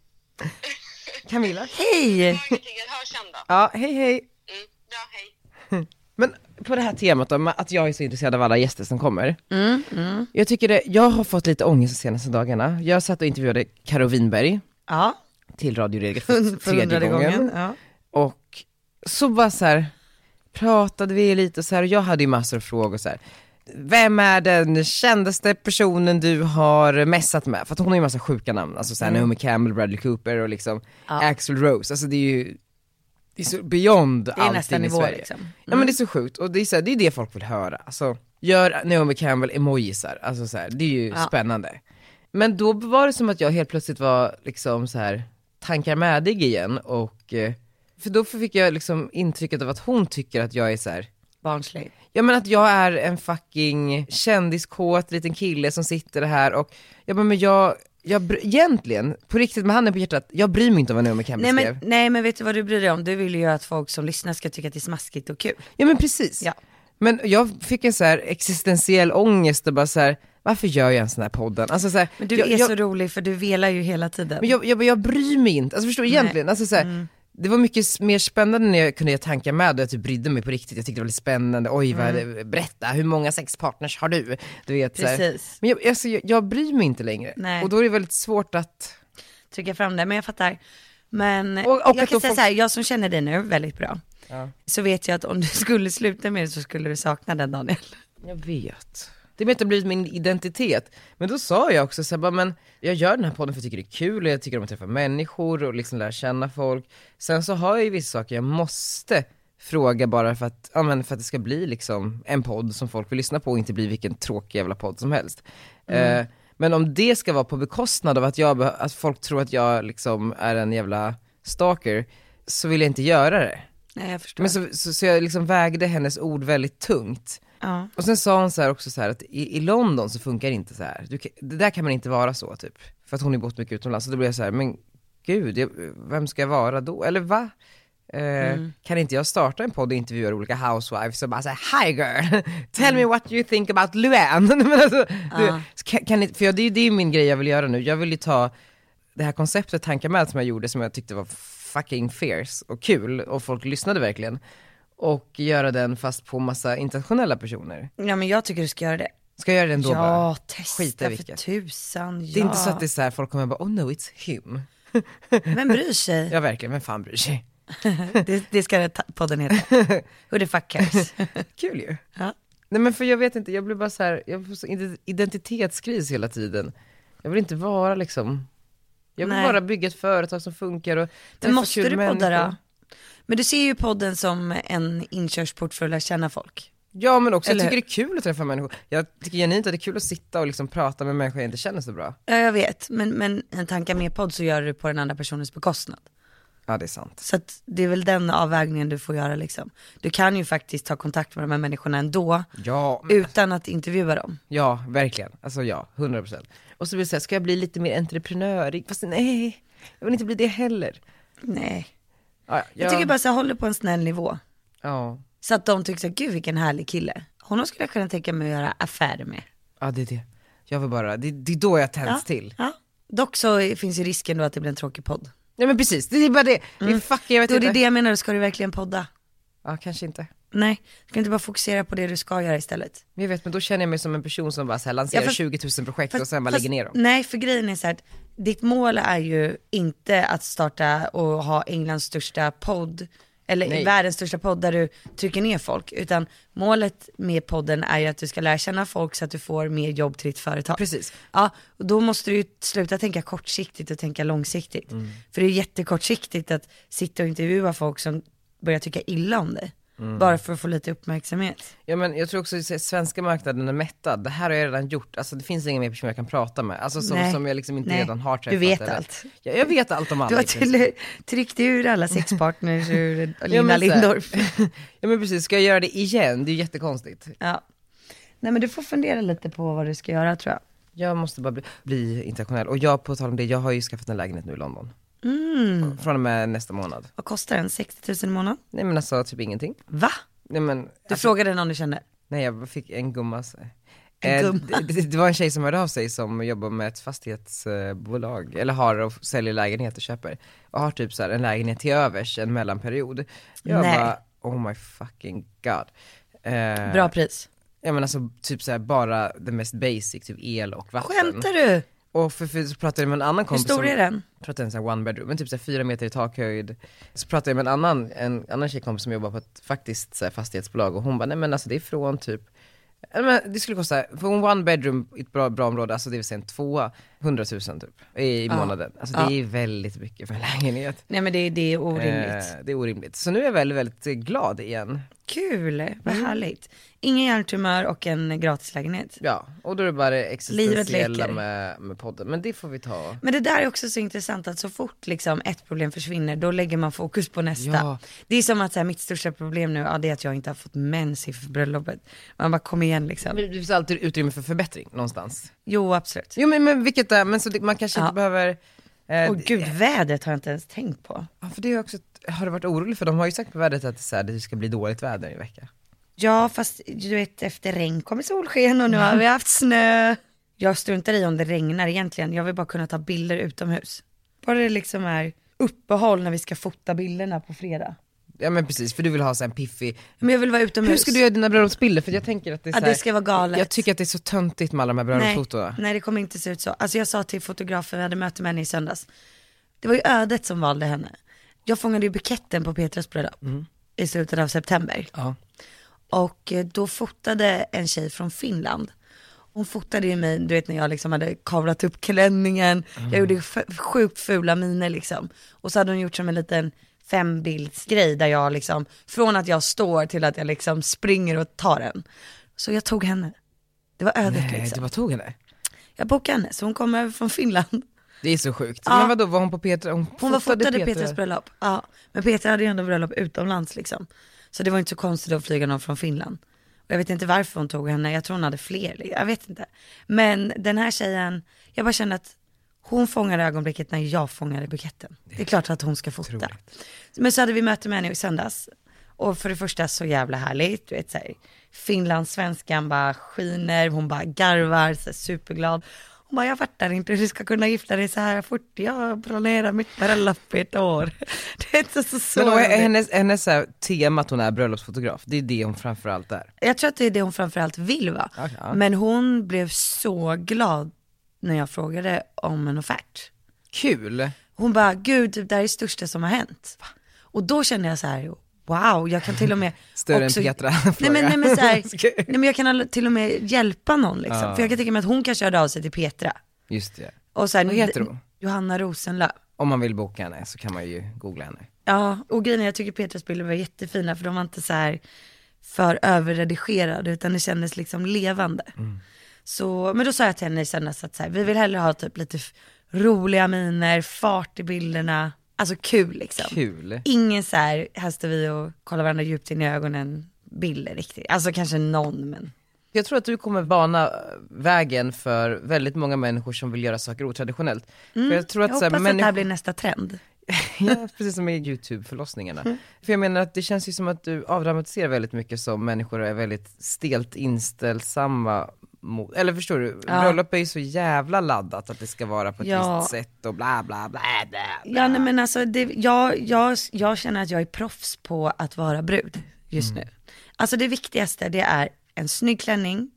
A: Camilla?
B: Hej!
C: Jag ingenting, hör sen då.
A: Ja, hej hej.
C: Mm, bra, hej.
A: Men på det här temat då, med att jag är så intresserad av alla gäster som kommer.
B: Mm, mm.
A: Jag tycker det, jag har fått lite ångest de senaste dagarna. Jag satt och intervjuade Karo Winberg
B: Ja,
A: till Radio Regel för
B: hund- för
A: tredje
B: hundrade
A: gången.
B: gången. Ja.
A: Och så bara så här, pratade vi lite och så här, och jag hade ju massor av frågor så här. Vem är den kändaste personen du har messat med? För att hon har ju massa sjuka namn, alltså såhär Naomi Campbell, Bradley Cooper och liksom
B: Ja.
A: Axl Rose, alltså det är ju, det är så beyond
B: är
A: allting
B: nästa
A: i
B: nivå,
A: Sverige.
B: liksom.
A: Ja men det är så sjukt, och det är, så här, det är det folk vill höra, alltså gör Naomi Campbell emojisar, alltså så här, det är ju
B: Ja.
A: spännande. Men då var det som att jag helt plötsligt var liksom så här tankar med dig igen och, eh, för då fick jag liksom intrycket av att hon tycker att jag är så här
B: Barnslig.
A: Ja men att jag är en fucking kändiskåt liten kille som sitter här och, ja men jag, jag br- egentligen, på riktigt med handen på hjärtat, jag bryr mig inte om vad Naomi Campbell
B: Nej men,
A: skrev.
B: nej men vet du vad du bryr dig om? Du vill ju att folk som lyssnar ska tycka att det är smaskigt och kul.
A: Ja men precis.
B: Ja.
A: Men jag fick en så här existentiell ångest och bara så här, varför gör jag ens den här podden? Alltså så här,
B: Men du
A: jag,
B: är
A: jag,
B: så rolig för du velar ju hela tiden.
A: men jag, jag, jag bryr mig inte, alltså förstår du
B: Nej. Mm.
A: egentligen, alltså så här, det var mycket s- mer spännande när jag kunde ge tankar med och jag typ brydde mig på riktigt, jag tyckte det var lite spännande, oj vad, berätta, hur många sexpartners har du? Du vet så här.
B: Mm. Precis,
A: Men jag, alltså, jag, jag bryr mig inte längre.
B: Nej.
A: Och då är det väldigt svårt att...
B: trycka fram det, men jag fattar. Men
A: Och- och
B: jag
A: att
B: kan
A: då
B: säga
A: folk-
B: så här, jag som känner dig nu väldigt bra,
A: Ja.
B: så vet jag att om du skulle sluta med det så skulle du sakna den Daniel.
A: Jag vet. Det menar inte blivit min identitet. Men då sa jag också så här, bara, men jag gör den här podden för jag tycker det är kul och jag tycker om att träffa människor och liksom lära känna folk. Sen så har jag ju vissa saker jag måste fråga bara för att, ja, men för att det ska bli liksom en podd som folk vill lyssna på och inte bli vilken tråkig jävla podd som helst. Eh, men om det ska vara på bekostnad av att, jag, beh- att folk tror att jag liksom är en jävla stalker, så vill jag inte göra det.
B: Nej jag förstår.
A: Men så, så, så jag liksom vägde hennes ord väldigt tungt.
B: Ja.
A: Och sen sa hon så här också så här att i, i London så funkar det inte så här. Du, kan- det där kan man inte vara så typ. För att hon har bott mycket utomlands. Så då blev jag så här, men gud, jag, vem ska jag vara då? Eller va? Eh, Kan inte jag starta en podd och intervjua olika housewives och bara säga Hi girl, tell me what you think about Luann. Nej, men alltså,
B: Ja.
A: du, kan, kan, ni- för jag, det, är ju- det är ju min grej jag vill göra nu. Jag vill ju ta det här konceptet Tankar med som jag gjorde som jag tyckte var fucking fierce och kul och folk lyssnade verkligen. Och göra den fast på massa internationella personer.
B: ja men jag tycker du ska göra det.
A: Ska jag göra den då bara?
B: Ja, testa
A: skita i
B: för
A: vilket.
B: tusan. Ja.
A: Det är inte så att det är så här, folk kommer bara oh no it's him.
B: Vem bryr sig?
A: Ja verkligen, vem fan bryr sig?
B: Det, det ska ta- podden heta. Who the fuck cares?
A: Kul ju.
B: Ja.
A: Nej men för jag vet inte, jag blir bara så här, jag får så ide- identitetskris hela tiden. Jag vill inte vara liksom, jag vill
B: Nej.
A: bara bygga ett företag som funkar och träffa
B: Men måste
A: kul
B: du podda
A: människor.
B: då? Men du ser ju podden som en inkörsport för att lära känna folk.
A: Ja men också,
B: Eller
A: jag
B: hur?
A: tycker det är kul att träffa människor. Jag tycker genuint att det är kul att sitta och liksom prata med människor jag inte känner så bra.
B: Ja jag vet, men, men en tanke med podd så gör du det på den andra personens bekostnad.
A: Ja det är sant.
B: Så att det är väl den avvägningen du får göra liksom. Du kan ju faktiskt ta kontakt med de här människorna ändå,
A: Ja, men-
B: utan att intervjua dem.
A: ja verkligen. Alltså ja, 100%. Och så blir det så här, ska jag bli lite mer entreprenörig? Fast nej, jag vill inte bli det heller.
B: Nej.
A: Ja,
B: Jag tycker bara så här, håll det på en snäll nivå.
A: Ja.
B: Så att de tycker så här, gud vilken härlig kille. Honom skulle jag kunna tänka mig att göra affärer med.
A: ja, det är det. Jag vill bara, det, det är då jag tänds till.
B: Ja. Dock så finns ju risken då att det blir en tråkig podd.
A: Ja men precis, det är bara det. Det är fucking, jag vet
B: Mm. Då är det
A: inte.
B: det jag menar, då ska du verkligen podda.
A: Ja kanske inte.
B: Nej, du kan inte bara fokusera på det du ska göra istället.
A: Men jag vet, men då känner jag mig som en person som bara så här lanserar
B: Ja, fast-
A: 20 000 projekt och
B: Fast-
A: sen bara
B: fast-
A: lägger ner dem.
B: Nej, för grejen är så här, att ditt mål är ju inte att starta och ha Englands största podd, eller
A: Nej.
B: världens största podd där du trycker ner folk, utan målet med podden är ju att du ska lära känna folk så att du får mer jobb till ditt företag.
A: Precis.
B: Ja, och då måste du ju sluta tänka kortsiktigt och tänka långsiktigt.
A: Mm.
B: För det är jättekortsiktigt att sitta och intervjua folk som börjar tycka illa om dig,
A: Mm.
B: bara för att få lite uppmärksamhet.
A: Ja men jag tror också att svenska marknaden är mättad, det här har jag redan gjort, alltså det finns ingen mer person jag kan prata med, alltså som,
B: Nej.
A: som jag liksom inte
B: Nej.
A: redan har
B: Du
A: träffat.
B: vet
A: eller-
B: allt.
A: Ja, jag vet allt om alla.
B: Du har
A: i princip.
B: till, tryckt ur alla sexpartners ur
A: Ja,
B: Lina
A: men så här-
B: Lindorff.
A: ja men precis, ska jag göra det igen? Det är ju jättekonstigt.
B: Ja. Nej men du får fundera lite på vad du ska göra tror jag.
A: Jag måste bara bli, bli internationell. Och jag, på tal om det, jag har ju skaffat en lägenhet nu i London.
B: Mm.
A: Från och med nästa månad.
B: Vad kostar den? 60 000 i månaden?
A: Nej men alltså typ ingenting.
B: Va?
A: Nej men,
B: Du frågade någon du kände?
A: nej jag fick en gumma. så-
B: En
A: Eh,
B: gumma?
A: d- d- det var en tjej som hörde av sig som jobbar med ett fastighetsbolag, eller har och säljer lägenheter och köper. Och har typ så här en lägenhet till övers, en mellanperiod. Jag
B: Nej.
A: bara, oh my fucking god. Eh,
B: Bra pris.
A: Ja men alltså typ så här bara det mest basic, typ el och vatten.
B: Skämtar du?
A: Och för, för så pratade jag med en annan
B: Hur
A: kompis
B: stor
A: som-
B: är den?
A: pratade en sån här one bedroom, men typ så här fyra meter i takhöjd. Så pratade jag med en annan, en annan tjejkompis som jobbar på ett faktiskt så här fastighetsbolag och hon bara, nej men alltså det är från typ, nej, men det skulle kosta, för en one bedroom i ett bra, bra område, alltså det vill säga en tvåa, 100 000 typ i, i månaden. Alltså det är väldigt mycket för en lägenhet.
B: Nej men det, det är orimligt.
A: Eh, det är orimligt. Så nu är jag väldigt, väldigt eh, glad igen.
B: Kul, vad
A: Mm.
B: härligt. Ingen hjärntumör och en gratislägenhet.
A: Ja, och då är det bara det existentiella
B: leker.
A: med, med podden, men det får vi ta.
B: Men det där är också så intressant att så fort liksom ett problem försvinner då lägger man fokus på nästa.
A: Ja.
B: Det är som att så här, mitt största problem nu ja, det är att jag inte har fått mens inför bröllopet. Man bara kom igen liksom.
A: Det finns alltid utrymme för förbättring någonstans.
B: Jo absolut.
A: Jo men, men vilket är, men så det, man kanske
B: Ja.
A: inte behöver eh,
B: Åh gud, vädret har jag inte ens tänkt på.
A: Ja för det har jag också, har du varit orolig för? De har ju sagt på vädret att det, är så här, det ska bli dåligt väder i vecka.
B: Ja fast du vet efter regn kommer solsken och nu har vi haft snö. Jag struntar i om det regnar egentligen, jag vill bara kunna ta bilder utomhus. Bara det liksom är uppehåll när vi ska fota bilderna på fredag.
A: Ja men precis, för du vill ha så här en piffig,
B: Men jag vill vara utomhus.
A: hur ska du göra dina bröllopsbilder? För jag tänker att det är
B: Ja,
A: så här,
B: det ska vara galet.
A: Jag tycker att det är så töntigt med alla de här
B: nej,
A: bröllopsfotona.
B: nej det kommer inte se ut så. Alltså jag sa till fotografen, vi hade möte med henne i söndags. Det var ju ödet som valde henne. Jag fångade ju buketten på Petras bröllop i slutet av september.
A: Ja.
B: Och eh, då fotade en tjej från Finland. Hon fotade ju mig, du vet när jag liksom hade kavlat upp klänningen, jag gjorde f- sjukt fula miner liksom. Och så hade hon gjort som en liten fembildsgrej där jag liksom, från att jag står till att jag liksom springer och tar den. Så jag tog henne. Det var ödet
A: Nej,
B: liksom.
A: du bara tog henne.
B: Jag bokade henne, så hon kom över från Finland.
A: Det är så sjukt.
B: Ja.
A: Men vadå, var hon på Petra? Hon,
B: Hon var fotade Petras bröllop. Ja, men Petra hade ju ändå bröllop utomlands liksom. Så det var inte så konstigt att flyga någon från Finland. Och jag vet inte varför hon tog henne, jag tror hon hade fler, liksom. jag vet inte. Men den här tjejen, jag bara kände att hon fångade ögonblicket när jag fångade buketten. Det är klart att hon ska fota. Men så hade vi möte med henne i söndags. Och för det första så jävla härligt, du vet såhär, finlandssvenskan bara skiner, hon bara garvar, så här, superglad. Hon bara, jag fattar inte hur du ska kunna gifta dig så här fort, jag planerar mitt bröllop i ett år. Det är inte så
A: Men då,
B: svårt.
A: är hennes, hennes så här, tema att hon är bröllopsfotograf, det är det hon framförallt är.
B: Jag tror att det är det hon framförallt vill va.
A: Ja, ja.
B: Men hon blev så glad när jag frågade om en offert.
A: Kul!
B: Hon bara, gud typ, det här är det största som har hänt. Och då kände jag så här, wow, jag kan till och med
A: Större
B: också...
A: än Petra
B: Nej men, nej, men, så här,
A: Okej.
B: nej men jag kan all- till och med hjälpa någon liksom.
A: Ja.
B: För jag kan tänka mig att hon kanske hörde av sig till Petra.
A: Just det.
B: Och så här,
A: Vad heter hon?
B: Johanna Rosenlöw.
A: Om man vill boka henne så kan man ju googla henne.
B: Ja, och grejen är jag tycker Petras bilder var jättefina för de var inte så här för överredigerade utan det kändes liksom levande.
A: Mm.
B: Så, men då sa jag till henne i söndags att så här, vi vill hellre ha typ lite f- roliga miner, fart i bilderna, alltså kul liksom.
A: Kul!
B: Ingen så här, här står vi och kollar varandra djupt in i ögonen bilder riktigt. Alltså kanske någon men.
A: Jag tror att du kommer bana äh, vägen för väldigt många människor som vill göra saker otraditionellt. för jag tror att,
B: Mm,
A: så
B: Jag hoppas
A: här,
B: att det här
A: människor,
B: blir nästa trend.
A: ja, precis som i YouTube-förlossningarna.
B: Mm.
A: För jag menar att det känns ju som att du avdramatiserar väldigt mycket som människor är väldigt stelt inställsamma mot, eller förstår du,
B: Ja.
A: bröllop är ju så jävla laddat att det ska vara på ett
B: Ja.
A: visst sätt och bla bla bla bla. bla.
B: Ja, nej, men alltså, det, jag, jag, jag känner att jag är proffs på att vara brud just nu. Alltså det viktigaste det är en snygg klänning,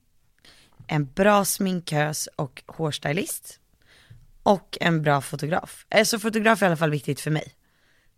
B: en bra sminkös och hårstylist och en bra fotograf. Alltså fotograf är i alla fall viktigt för mig.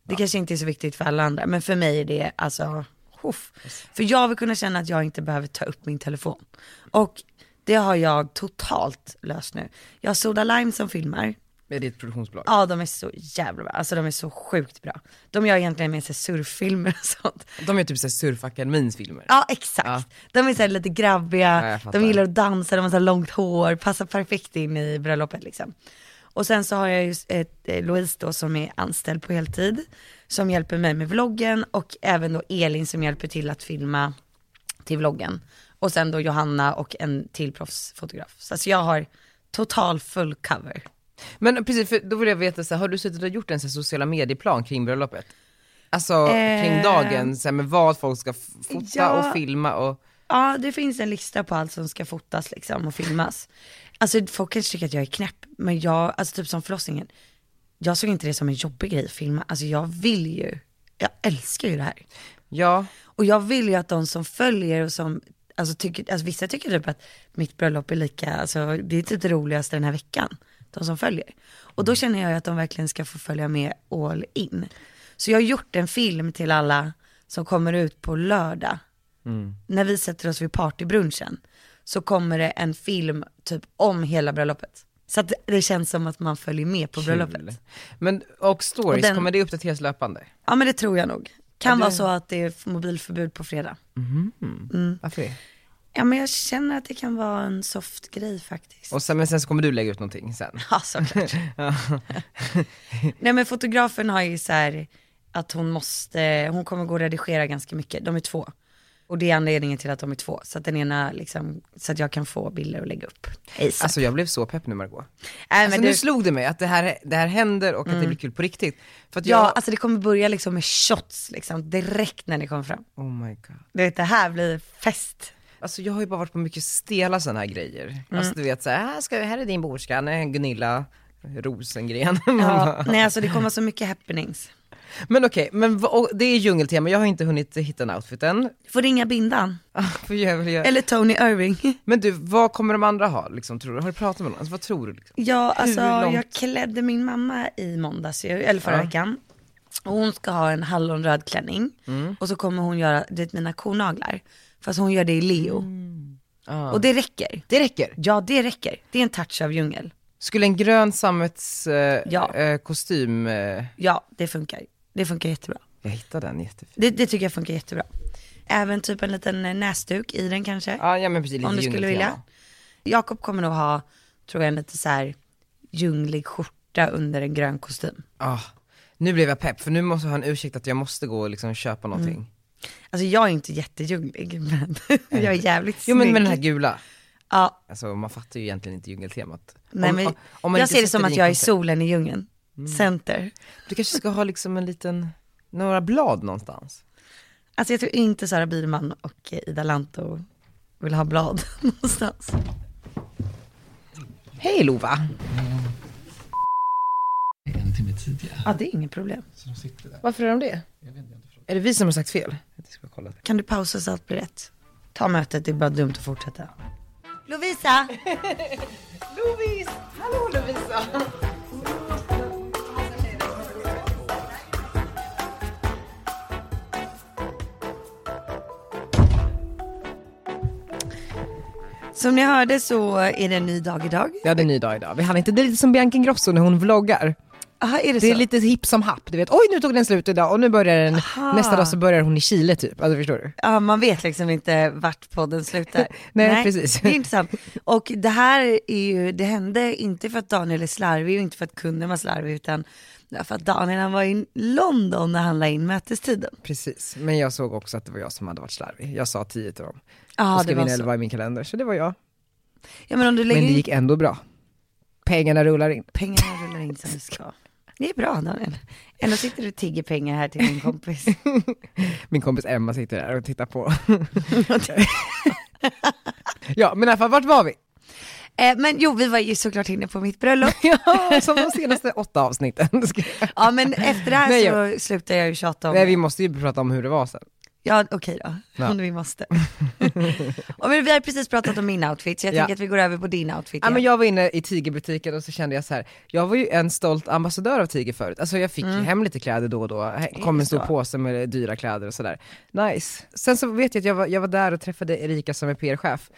B: Det kanske inte är så viktigt för alla andra, men för mig är det alltså, hoff. För jag vill kunna känna att jag inte behöver ta upp min telefon. Och det har jag totalt löst nu. Jag har Soda Lime som filmar,
A: Det är ett produktionsbolag.
B: Ja de är så jävla bra, alltså de är så sjukt bra. De gör egentligen mer så här surffilmer och sånt.
A: De är typ såhär surfakademins filmer.
B: Ja exakt,
A: Ja.
B: de är så här lite
A: Ja,
B: grabbiga,
A: jag fattar.
B: de gillar att dansa, de har så här långt hår, passar perfekt in i bröllopet liksom. Och sen så har jag ju ett, eh, Louise då som är anställd på heltid, som hjälper mig med vloggen och även då Elin som hjälper till att filma till vloggen Och sen då Johanna och en till proffsfotograf. Så alltså jag har total full cover.
A: Men precis, för då vill jag veta så här, har du suttit och gjort en så här, sociala medieplan kring bröllopet? Alltså kring
B: Eh.
A: dagen, så här, med vad folk ska f- fota
B: Ja.
A: och filma och,
B: Ja, det finns en lista på allt som ska fotas liksom och filmas. Alltså folk kanske tycker att jag är knäpp, men jag, alltså typ som förlossningen, jag såg inte det som en jobbig grej att filma. Alltså jag vill ju, jag älskar ju det här.
A: ja.
B: Och jag vill ju att de som följer och som, alltså, tycker, alltså vissa tycker typ att mitt bröllop är lika, alltså det är typ det roligaste den här veckan, de som följer. Och då känner jag ju att de verkligen ska få följa med all in. Så jag har gjort en film till alla som kommer ut på lördag. När vi sätter oss vid partybrunchen så kommer det en film typ om hela bröllopet. Så att det känns som att man följer med på
A: Kul.
B: bröllopet.
A: Men, och stories,
B: Och den-
A: kommer det uppdateras löpande?
B: Ja men det tror jag nog. Kan vara så att det är mobilförbud på fredag. Mm.
A: Varför det?
B: Ja men jag känner att det kan vara en soft grej faktiskt.
A: Och sen, men sen så kommer du lägga ut någonting sen.
B: Ja såklart. Nej men fotografen har ju så här att hon måste, hon kommer gå och redigera ganska mycket, de är två. Och det är anledningen till att de är två, så att den ena liksom, så att jag kan få bilder att lägga upp. ASAP.
A: Alltså jag blev så pepp nu Margot.
B: Nej, men
A: Alltså,
B: du, Mm.
A: nu slog det mig att det här, det här händer och att det blir kul på riktigt. För att jag,
B: ja alltså det kommer börja liksom med shots liksom, direkt när det kommer fram.
A: oh my god.
B: Du vet det här blir fest.
A: Alltså jag har ju bara varit på mycket stela sådana här grejer.
B: Mm.
A: Alltså du vet såhär, här, ska, här är din bordsgranne Gunilla Rosengren.
B: Ja, nej alltså det kommer vara så mycket happenings.
A: Men okej, men vad- och det är djungeltema, jag har inte hunnit hitta en outfit än.
B: Du får ringa bindan,
A: För jag vill göra-
B: eller Tony Irving.
A: Men du, vad kommer de andra ha liksom, tror du? Har du pratat med någon? Alltså, vad tror du? Liksom?
B: Ja, alltså
A: långt?
B: jag klädde min mamma i måndags, ju, eller förra
A: Ja.
B: veckan. Och hon ska ha en hallonröd klänning.
A: Mm.
B: Och så kommer hon göra, du vet mina konaglar. Fast hon gör det i leo.
A: Ah.
B: Och det räcker.
A: Det räcker.
B: Ja, det räcker. Det är en touch av djungel.
A: Skulle en grön sammetskostym,
B: Ja.
A: eh, kostym, eh,
B: Ja, det funkar. Det funkar jättebra.
A: jag hittade den jättefin.
B: Det, det tycker jag funkar jättebra. Även typ en liten eh, näsduk i den kanske.
A: Ja, ja men precis, lite
B: om du skulle
A: djungeltema.
B: vilja. Jakob kommer nog ha, tror jag, en lite så här djunglig skjorta under en grön kostym.
A: Ah, nu blev jag pepp, för nu måste jag ha en ursäkt att jag måste gå och liksom köpa någonting.
B: Alltså jag är inte jättedjunglig, men jag är jävligt
A: Jo men
B: snygg.
A: med den här gula,
B: ja,
A: alltså man fattar ju egentligen inte djungeltemat.
B: nej,
A: Om-
B: men,
A: om- om man
B: jag
A: inte
B: ser det
A: sätter
B: som
A: i
B: att
A: en
B: jag är
A: kontext. Mm.
B: solen i djungeln. Center.
A: Du kanske ska ha liksom en liten, några blad någonstans.
B: Alltså jag tror inte Sara Birman och eh, Ida Lanto vill ha blad någonstans.
A: Hej Lova!
D: En timme tidigare.
B: Ja, det är inget problem.
D: Så de sitter där.
A: Varför är de det?
D: Jag vet inte, jag har inte frågat.
A: Är det vi som har sagt fel? Jag ska kolla det.
B: Kan du pausa så allt blir rätt? Ta mötet, det är bara dumt att fortsätta. Lovisa!
A: Lovis! Hallå Lovisa!
B: Som ni hörde så är det en ny dag idag.
A: Ja det är en ny dag idag. Vi hann inte, det är lite som Bianca Ingrosso när hon vloggar.
B: Aha, är det,
A: Det är
B: så?
A: lite hipp som happ, du vet oj nu tog den slut idag och nu börjar den,
B: Aha.
A: nästa dag så börjar hon i Chile typ, alltså förstår du?
B: Ja, man vet liksom inte vart podden slutar.
A: Nej, precis.
B: Det är intressant. Och det här är ju, det hände inte för att Daniel är slarvig och inte för att kunden var slarvig utan för att Daniel han var i London när han la in mötestiden.
A: Precis, men jag såg också att det var jag som hade varit slarvig. Jag sa 10 till dem.
B: Ja,
A: och
B: det
A: skrev
B: var
A: in
B: så.
A: 11 i min kalender, så det var jag.
B: Ja men om du lägger
A: Men det
B: in
A: gick ändå bra. Pengarna rullar in.
B: pengarna rullar in som det ska. Det är bra Daniel. Ändå sitter du och tigger pengar här till din kompis.
A: Min kompis Emma sitter där och tittar på. ja, men i alla fall, vart var vi?
B: eh, men jo, vi var ju såklart inne på mitt bröllop.
A: Ja, som de senaste åtta avsnitten.
B: Ja men efter det här
A: Nej,
B: så slutar jag ju tjata om
A: Nej, vi måste ju prata om hur det var sen.
B: Ja okej då,
A: Ja.
B: om vi måste. och men vi har precis pratat om min outfit så jag
A: Ja.
B: tänker att vi går över på din outfit
A: Ja,
B: igen.
A: men jag var inne i Tigerbutiken och så kände jag så här. jag var ju en stolt ambassadör av Tiger förut. Alltså jag fick ju hem lite kläder då och då, Här kom
B: det
A: en stor
B: så?
A: påse med dyra kläder och sådär. Nice. Sen så vet jag att jag var, jag var där och träffade Erika som är PR-chef.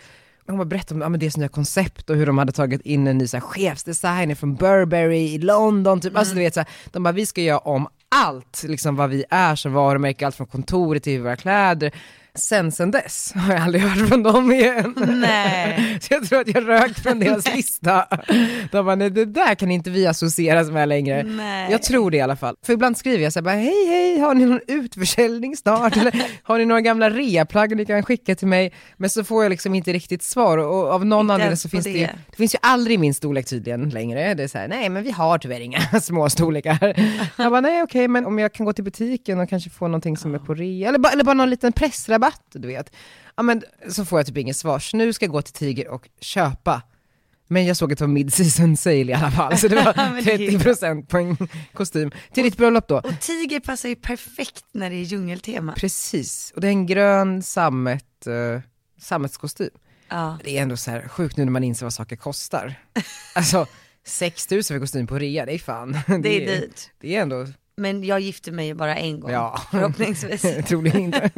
A: Hon bara berättade om ja, men deras nya koncept och hur de hade tagit in en ny så här, chefsdesigner från Burberry i London. Typ. Alltså, du vet, så här, de bara, vi ska göra om allt, liksom vad vi är som varumärke, allt från kontoret till våra kläder. Sen sen dess har jag aldrig hört från dem igen.
B: Nej.
A: Så jag tror att jag rökt från deras lista. De bara, nej det där kan inte vi associeras med längre.
B: Nej.
A: Jag tror det i alla fall. För ibland skriver jag så här, bara, hej hej, har ni någon utförsäljning snart? Eller har ni några gamla reaplagg ni kan skicka till mig? Men så får jag liksom inte riktigt svar och och av någon
B: Inte
A: anledning
B: ens
A: så
B: på
A: finns det, ju,
B: det.
A: det finns ju aldrig min storlek tydligen längre. Det är så här, nej men vi har tyvärr inga små storlekar. Jag bara, nej okej, men om jag kan gå till butiken och kanske få någonting som är på rea, eller, bara- eller bara någon liten pressrabatt, du vet. Ja men så får jag typ inget svar, så nu ska jag gå till Tiger och köpa. Men jag såg att det var mid-season sale i alla fall, så det var
B: Men det är ju
A: 30% på en kostym. Till ditt bröllop då?
B: Och tiger passar ju perfekt när det är djungeltema.
A: Precis, och det är en grön sammet, eh, sammetskostym.
B: Ja.
A: Det är ändå så här sjukt nu när man inser vad saker kostar. Alltså 6 000 för kostym på rea, det är fan.
B: Det är dyrt.
A: Det är ändå,
B: Men jag gifte mig ju bara en gång,
A: Ja.
B: förhoppningsvis.
A: troligen inte.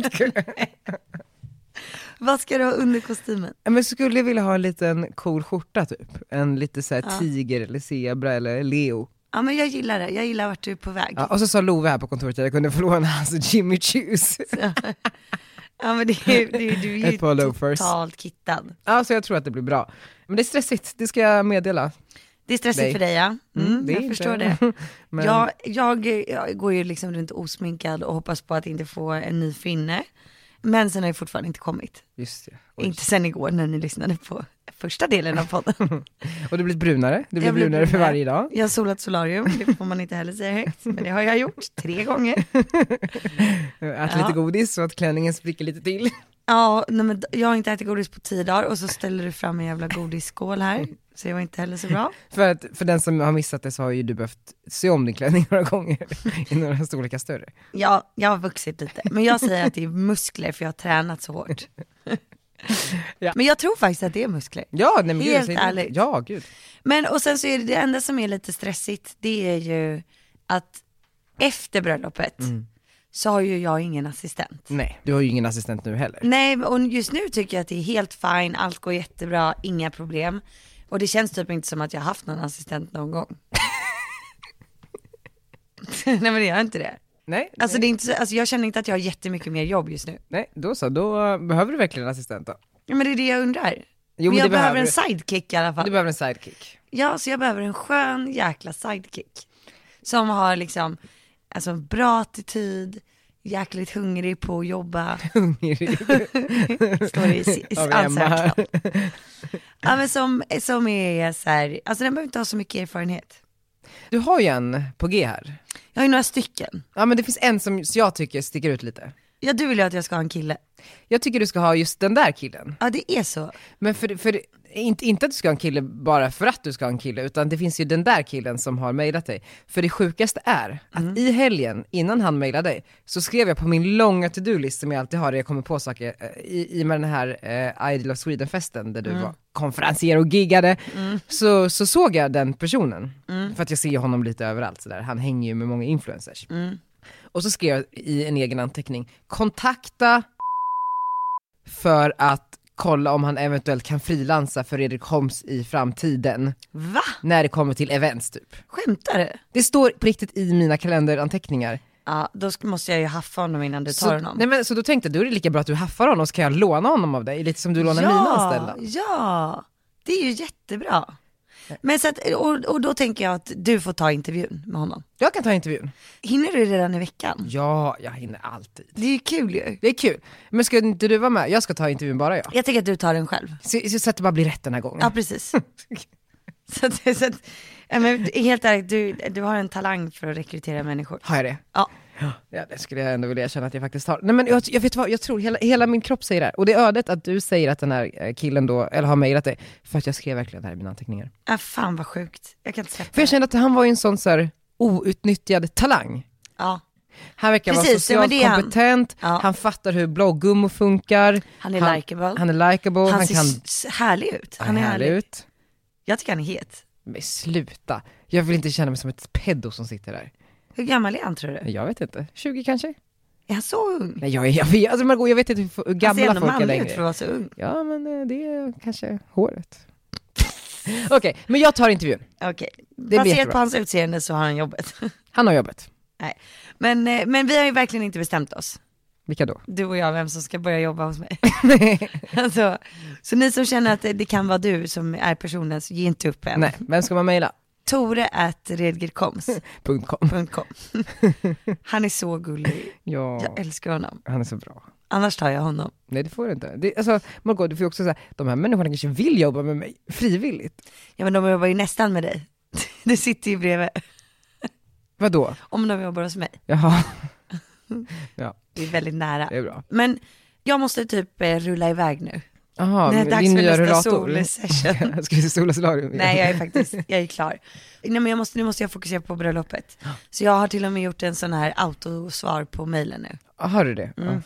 B: Vad ska du ha under kostymen?
A: Men skulle jag vilja ha en liten cool skjorta typ. En lite så här tiger eller zebra eller leo.
B: Ja men jag gillar det, jag gillar vart du är på väg.
A: Ja,
B: Ja,
A: och så sa Love här på kontoret att jag kunde få låna hans Jimmy Choos.
B: men det är, det är, du är ju
A: Ett par loafers.
B: totalt kittad.
A: Ja, så jag tror att det blir bra. Men det är stressigt, det ska jag meddela.
B: Det är stressigt
A: Nej.
B: för dig ja, mm,
A: det är
B: jag
A: inte-
B: förstår det.
A: Men-
B: Jag, jag, jag går ju liksom runt osminkad och hoppas på att inte få en ny finne. Men sen har jag fortfarande inte kommit.
A: Just det. Oj.
B: Inte sen igår när ni lyssnade på första delen av podden.
A: Och du blir brunare, du blir
B: Jag blev
A: brunare för
B: brunare.
A: varje dag.
B: Jag har solat solarium, det får man inte heller säga högt, men det har jag gjort tre gånger.
A: Ät
B: Ja.
A: lite godis så att klänningen spricker lite till.
B: Ja, nej men jag har inte ätit godis på tio dagar och så ställer du fram en jävla godisskål här, så det var inte heller så bra.
A: För, att, för den som har missat det så har ju du behövt se om din klänning några gånger i några storlekar större.
B: Ja, jag har vuxit lite, men jag säger att det är muskler för jag har tränat så hårt.
A: Ja.
B: Men jag tror faktiskt att det är muskler.
A: Ja, nej men gud, jag
B: Helt
A: säger inte-
B: ärligt.
A: Ja, gud.
B: Men och sen så är det, det enda som är lite stressigt, det är ju att efter bröllopet så har ju jag ingen assistent.
A: Nej, du har ju ingen assistent nu heller.
B: Nej, och just nu tycker jag att det är helt fine, allt går jättebra, inga problem. Och det känns typ inte som att jag har haft någon assistent någon gång. Nej men det gör inte det.
A: Nej,
B: Alltså,
A: nej,
B: det är inte så, alltså jag känner inte att jag har jättemycket mer jobb just nu.
A: nej, då så, då behöver du verkligen en assistent då.
B: Ja, men det är det jag undrar.
A: men det
B: men jag behöver
A: behöver
B: en
A: du.
B: sidekick i alla fall.
A: Du behöver en sidekick.
B: Ja, så jag behöver en skön jäkla sidekick. Som har liksom, alltså en bra attityd, jäkligt hungrig på att jobba,
A: Hungrig.
B: står i, i, i
A: Av Emma.
B: ansökan. Ja men som, som är så här, alltså den behöver inte ha så mycket erfarenhet.
A: Du har ju en på G här.
B: Jag har ju några stycken.
A: Ja men det finns en som som jag tycker sticker ut lite.
B: Ja du vill ju att jag ska ha en kille.
A: Jag tycker du ska ha just den där killen.
B: Ja det är så.
A: Men för, för inte, inte att du ska ha en kille bara för att du ska ha en kille, utan det finns ju den där killen som har mejlat dig. För det sjukaste är att i helgen, innan han mejlade dig, så skrev jag på min långa to-do-list som jag alltid har där jag kommer på saker, eh, i, i och med den här eh, Idol of Sweden-festen där du var konferencier och giggade, så, så såg jag den personen. För att jag ser honom lite överallt sådär, han hänger ju med många influencers. Och så skrev jag i en egen anteckning, kontakta för att kolla om han eventuellt kan frilansa för Fredrik Holms i framtiden,
B: Va?
A: när det kommer till events typ.
B: Skämtar du?
A: Det står på riktigt i mina kalenderanteckningar.
B: Ja då sk- måste jag ju haffa honom innan du tar
A: Så,
B: honom.
A: nej men, så då tänkte jag, då är det lika bra att du haffar honom så kan jag låna honom av dig, lite som du lånar mina anställda.
B: Ja, det är ju jättebra. Men så att, och, och då tänker jag att du får ta intervjun med honom.
A: Jag kan ta intervjun.
B: Hinner du redan i veckan?
A: Ja, jag hinner alltid.
B: Det är ju kul ju.
A: Det är kul. Men ska inte du vara med? Jag ska ta intervjun bara jag.
B: Jag tänker att du tar den själv.
A: Så, så, så att det bara blir rätt den här gången.
B: Ja, precis. så att, så att, ja, men helt ärligt, du, du har en talang för att rekrytera människor.
A: Har jag det?
B: Ja,
A: Ja, det skulle jag ändå vilja erkänna att jag faktiskt har. Nej men jag, jag vet vad, jag tror hela, hela min kropp säger det här. Och det är ödet att du säger att den här eh, killen då, eller har mejlat dig, för att jag skrev verkligen det här i mina anteckningar.
B: ah, fan vad sjukt. Jag kan inte släppa
A: För jag
B: det.
A: kände att han var ju en sån så här outnyttjad talang.
B: Ja.
A: Han verkar vara
B: Precis, ja, men
A: socialt
B: det är han.
A: kompetent,
B: Ja.
A: han fattar hur bloggummo funkar.
B: Han är likeable.
A: Han är likeable, han,
B: Han, ser
A: kan...
B: s- härlig ut. Han är härlig.
A: ut.
B: Jag tycker han är het.
A: Men sluta, jag vill inte känna mig som ett pedo som sitter där.
B: Hur gammal är han tror du?
A: Jag vet inte, 20 kanske?
B: Är han så ung?
A: Nej jag, jag, jag, alltså, Margot, jag vet inte hur, hur
B: Han ser
A: gamla
B: Alltså, ändå
A: folk är
B: manlig ut
A: längre.
B: för att vara så ung.
A: Ja, men eh, det är kanske håret. Okej, men jag tar intervjun.
B: Okej,
A: blir
B: baserat
A: jättebra.
B: på hans utseende så har han jobbet.
A: Han har jobbet.
B: Nej. Men, eh, men vi har ju verkligen inte bestämt oss.
A: Vilka då?
B: du och jag vem som ska börja jobba hos mig. alltså, så ni som känner att det, det kan vara du som är personen, så ge inte upp än.
A: Nej, vem ska man mejla?
B: Tore at redgerkoms.com.
A: Punkt .com.
B: Han är så gullig,
A: Ja,
B: jag älskar honom.
A: han är så bra.
B: Annars tar jag honom.
A: Nej det får du inte. Det, alltså, Margot, du får ju också säga, de här människorna kanske vill jobba med mig frivilligt.
B: Ja men de jobbar ju nästan med dig. Du sitter ju bredvid,
A: Vadå?
B: om de jobbar hos mig.
A: Jaha,
B: Det är väldigt nära.
A: det är bra.
B: Men jag måste typ eh, rulla iväg nu.
A: Jaha,
B: det är dags
A: din
B: för
A: nya
B: nästa
A: rullator.
B: solsession.
A: Ska du solsolarium?
B: Nej jag är faktiskt, jag är klar. Nej men jag måste, nu måste jag fokusera på bröllopet. Så jag har till och med gjort en sån här autosvar på mailen nu.
A: Har du det?
B: Mm.
A: Ja.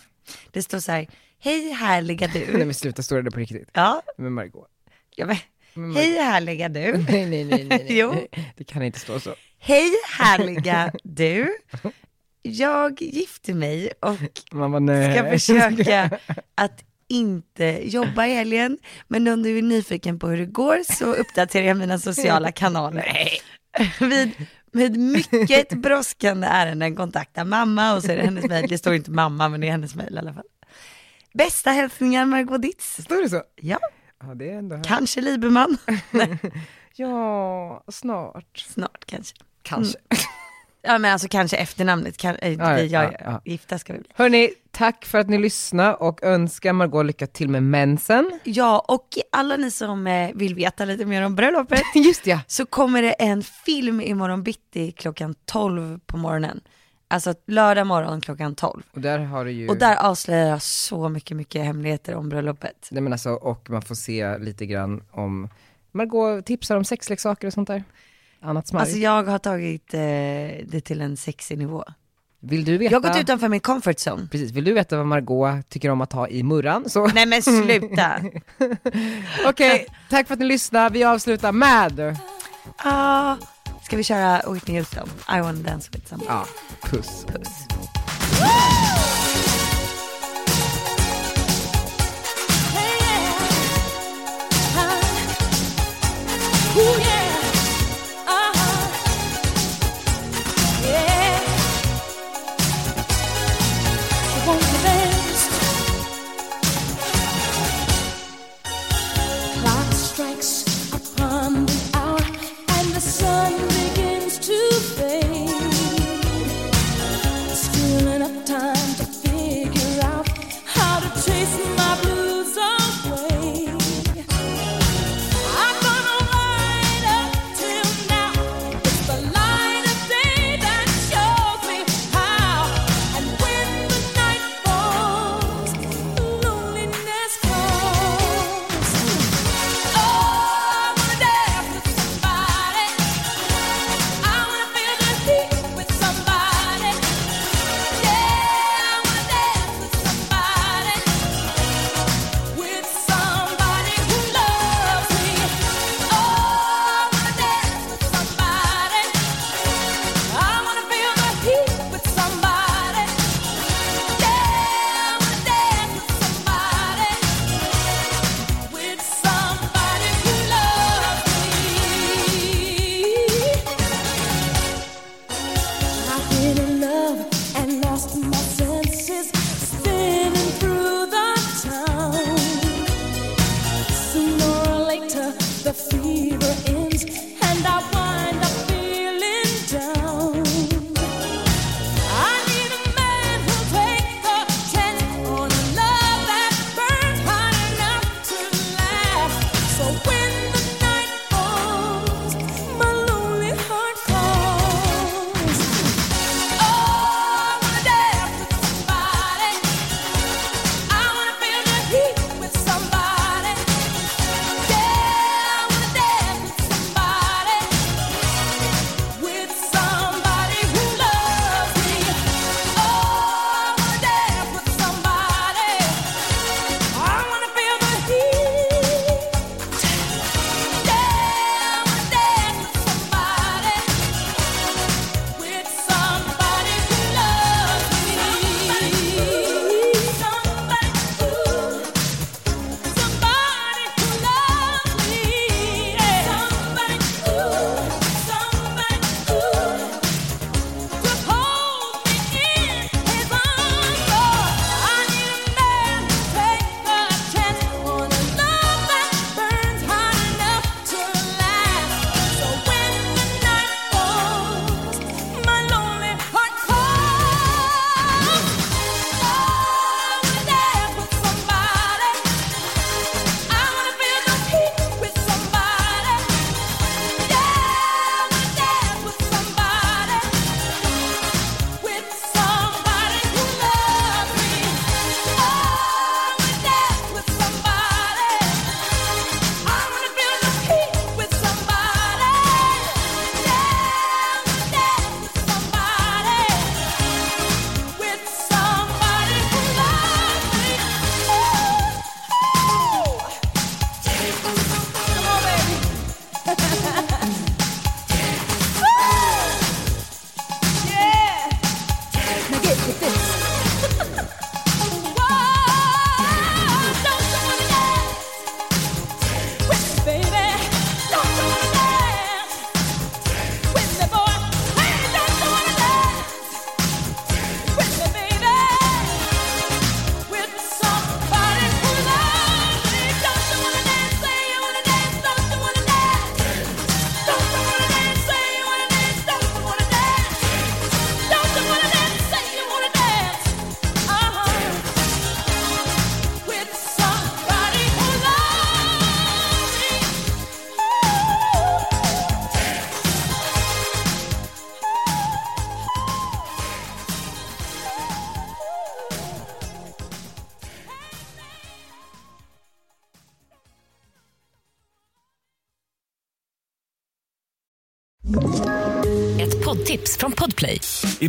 B: Det står så här, hej härliga
A: Nej
B: du.
A: men sluta, står det där på riktigt?
B: Ja,
A: Med Margot.
B: ja men,
A: Men Margot-
B: hej härliga du.
A: Nej, nej, nej, nej, nej.
B: Jo.
A: Det kan inte stå så.
B: Hej härliga du. Jag gifter mig och
A: Man bara, nej.
B: ska försöka att inte jobba i helgen. Men om du är nyfiken på hur det går så uppdaterar jag mina sociala kanaler. Vid, med mycket brådskande ärenden kontakta mamma och så är det hennes mejl. Det står inte mamma men det är hennes mejl i alla fall. Bästa hälsningar Margot Ditz.
A: Står det så?
B: Ja,
A: Ja, det är ändå här.
B: kanske Liberman.
A: Ja, snart. Mm.
B: Snart kanske.
A: Kanske.
B: Ja men alltså kanske efternamnet. Kan, äh,
A: Ja,
B: vi,
A: ja,
B: jag,
A: ja.
B: Gifta ska vi bli.
A: Hörni, tack för att ni lyssnade och önskar Margot lycka till med mensen.
B: Ja och alla ni som eh, vill veta lite mer om bröllopet
A: Just ja.
B: så kommer det en film imorgon bitti klockan 12 på morgonen. Alltså lördag morgon klockan 12.
A: Och där har du ju...
B: Och där avslöjar jag så mycket, mycket hemligheter om bröllopet.
A: Nej men alltså, och man får se lite grann om, Margot tipsar om sexleksaker och sånt där. Annat smarrigt.
B: Alltså jag har tagit eh, det till en sexig nivå.
A: vill du veta?
B: Jag har gått utanför min comfort zone.
A: Precis, vill du veta vad Margot tycker om att ha i murran så
B: Nej men sluta.
A: okej, tack för att ni lyssnade. Vi avslutar med,
B: ah, ska vi köra Whitney Houston? I wanna dance with someone.
A: ja, puss.
B: Puss.
E: Clock strikes upon the hour and the sun begins to fade. Still
F: poddtips från Podplay.
G: I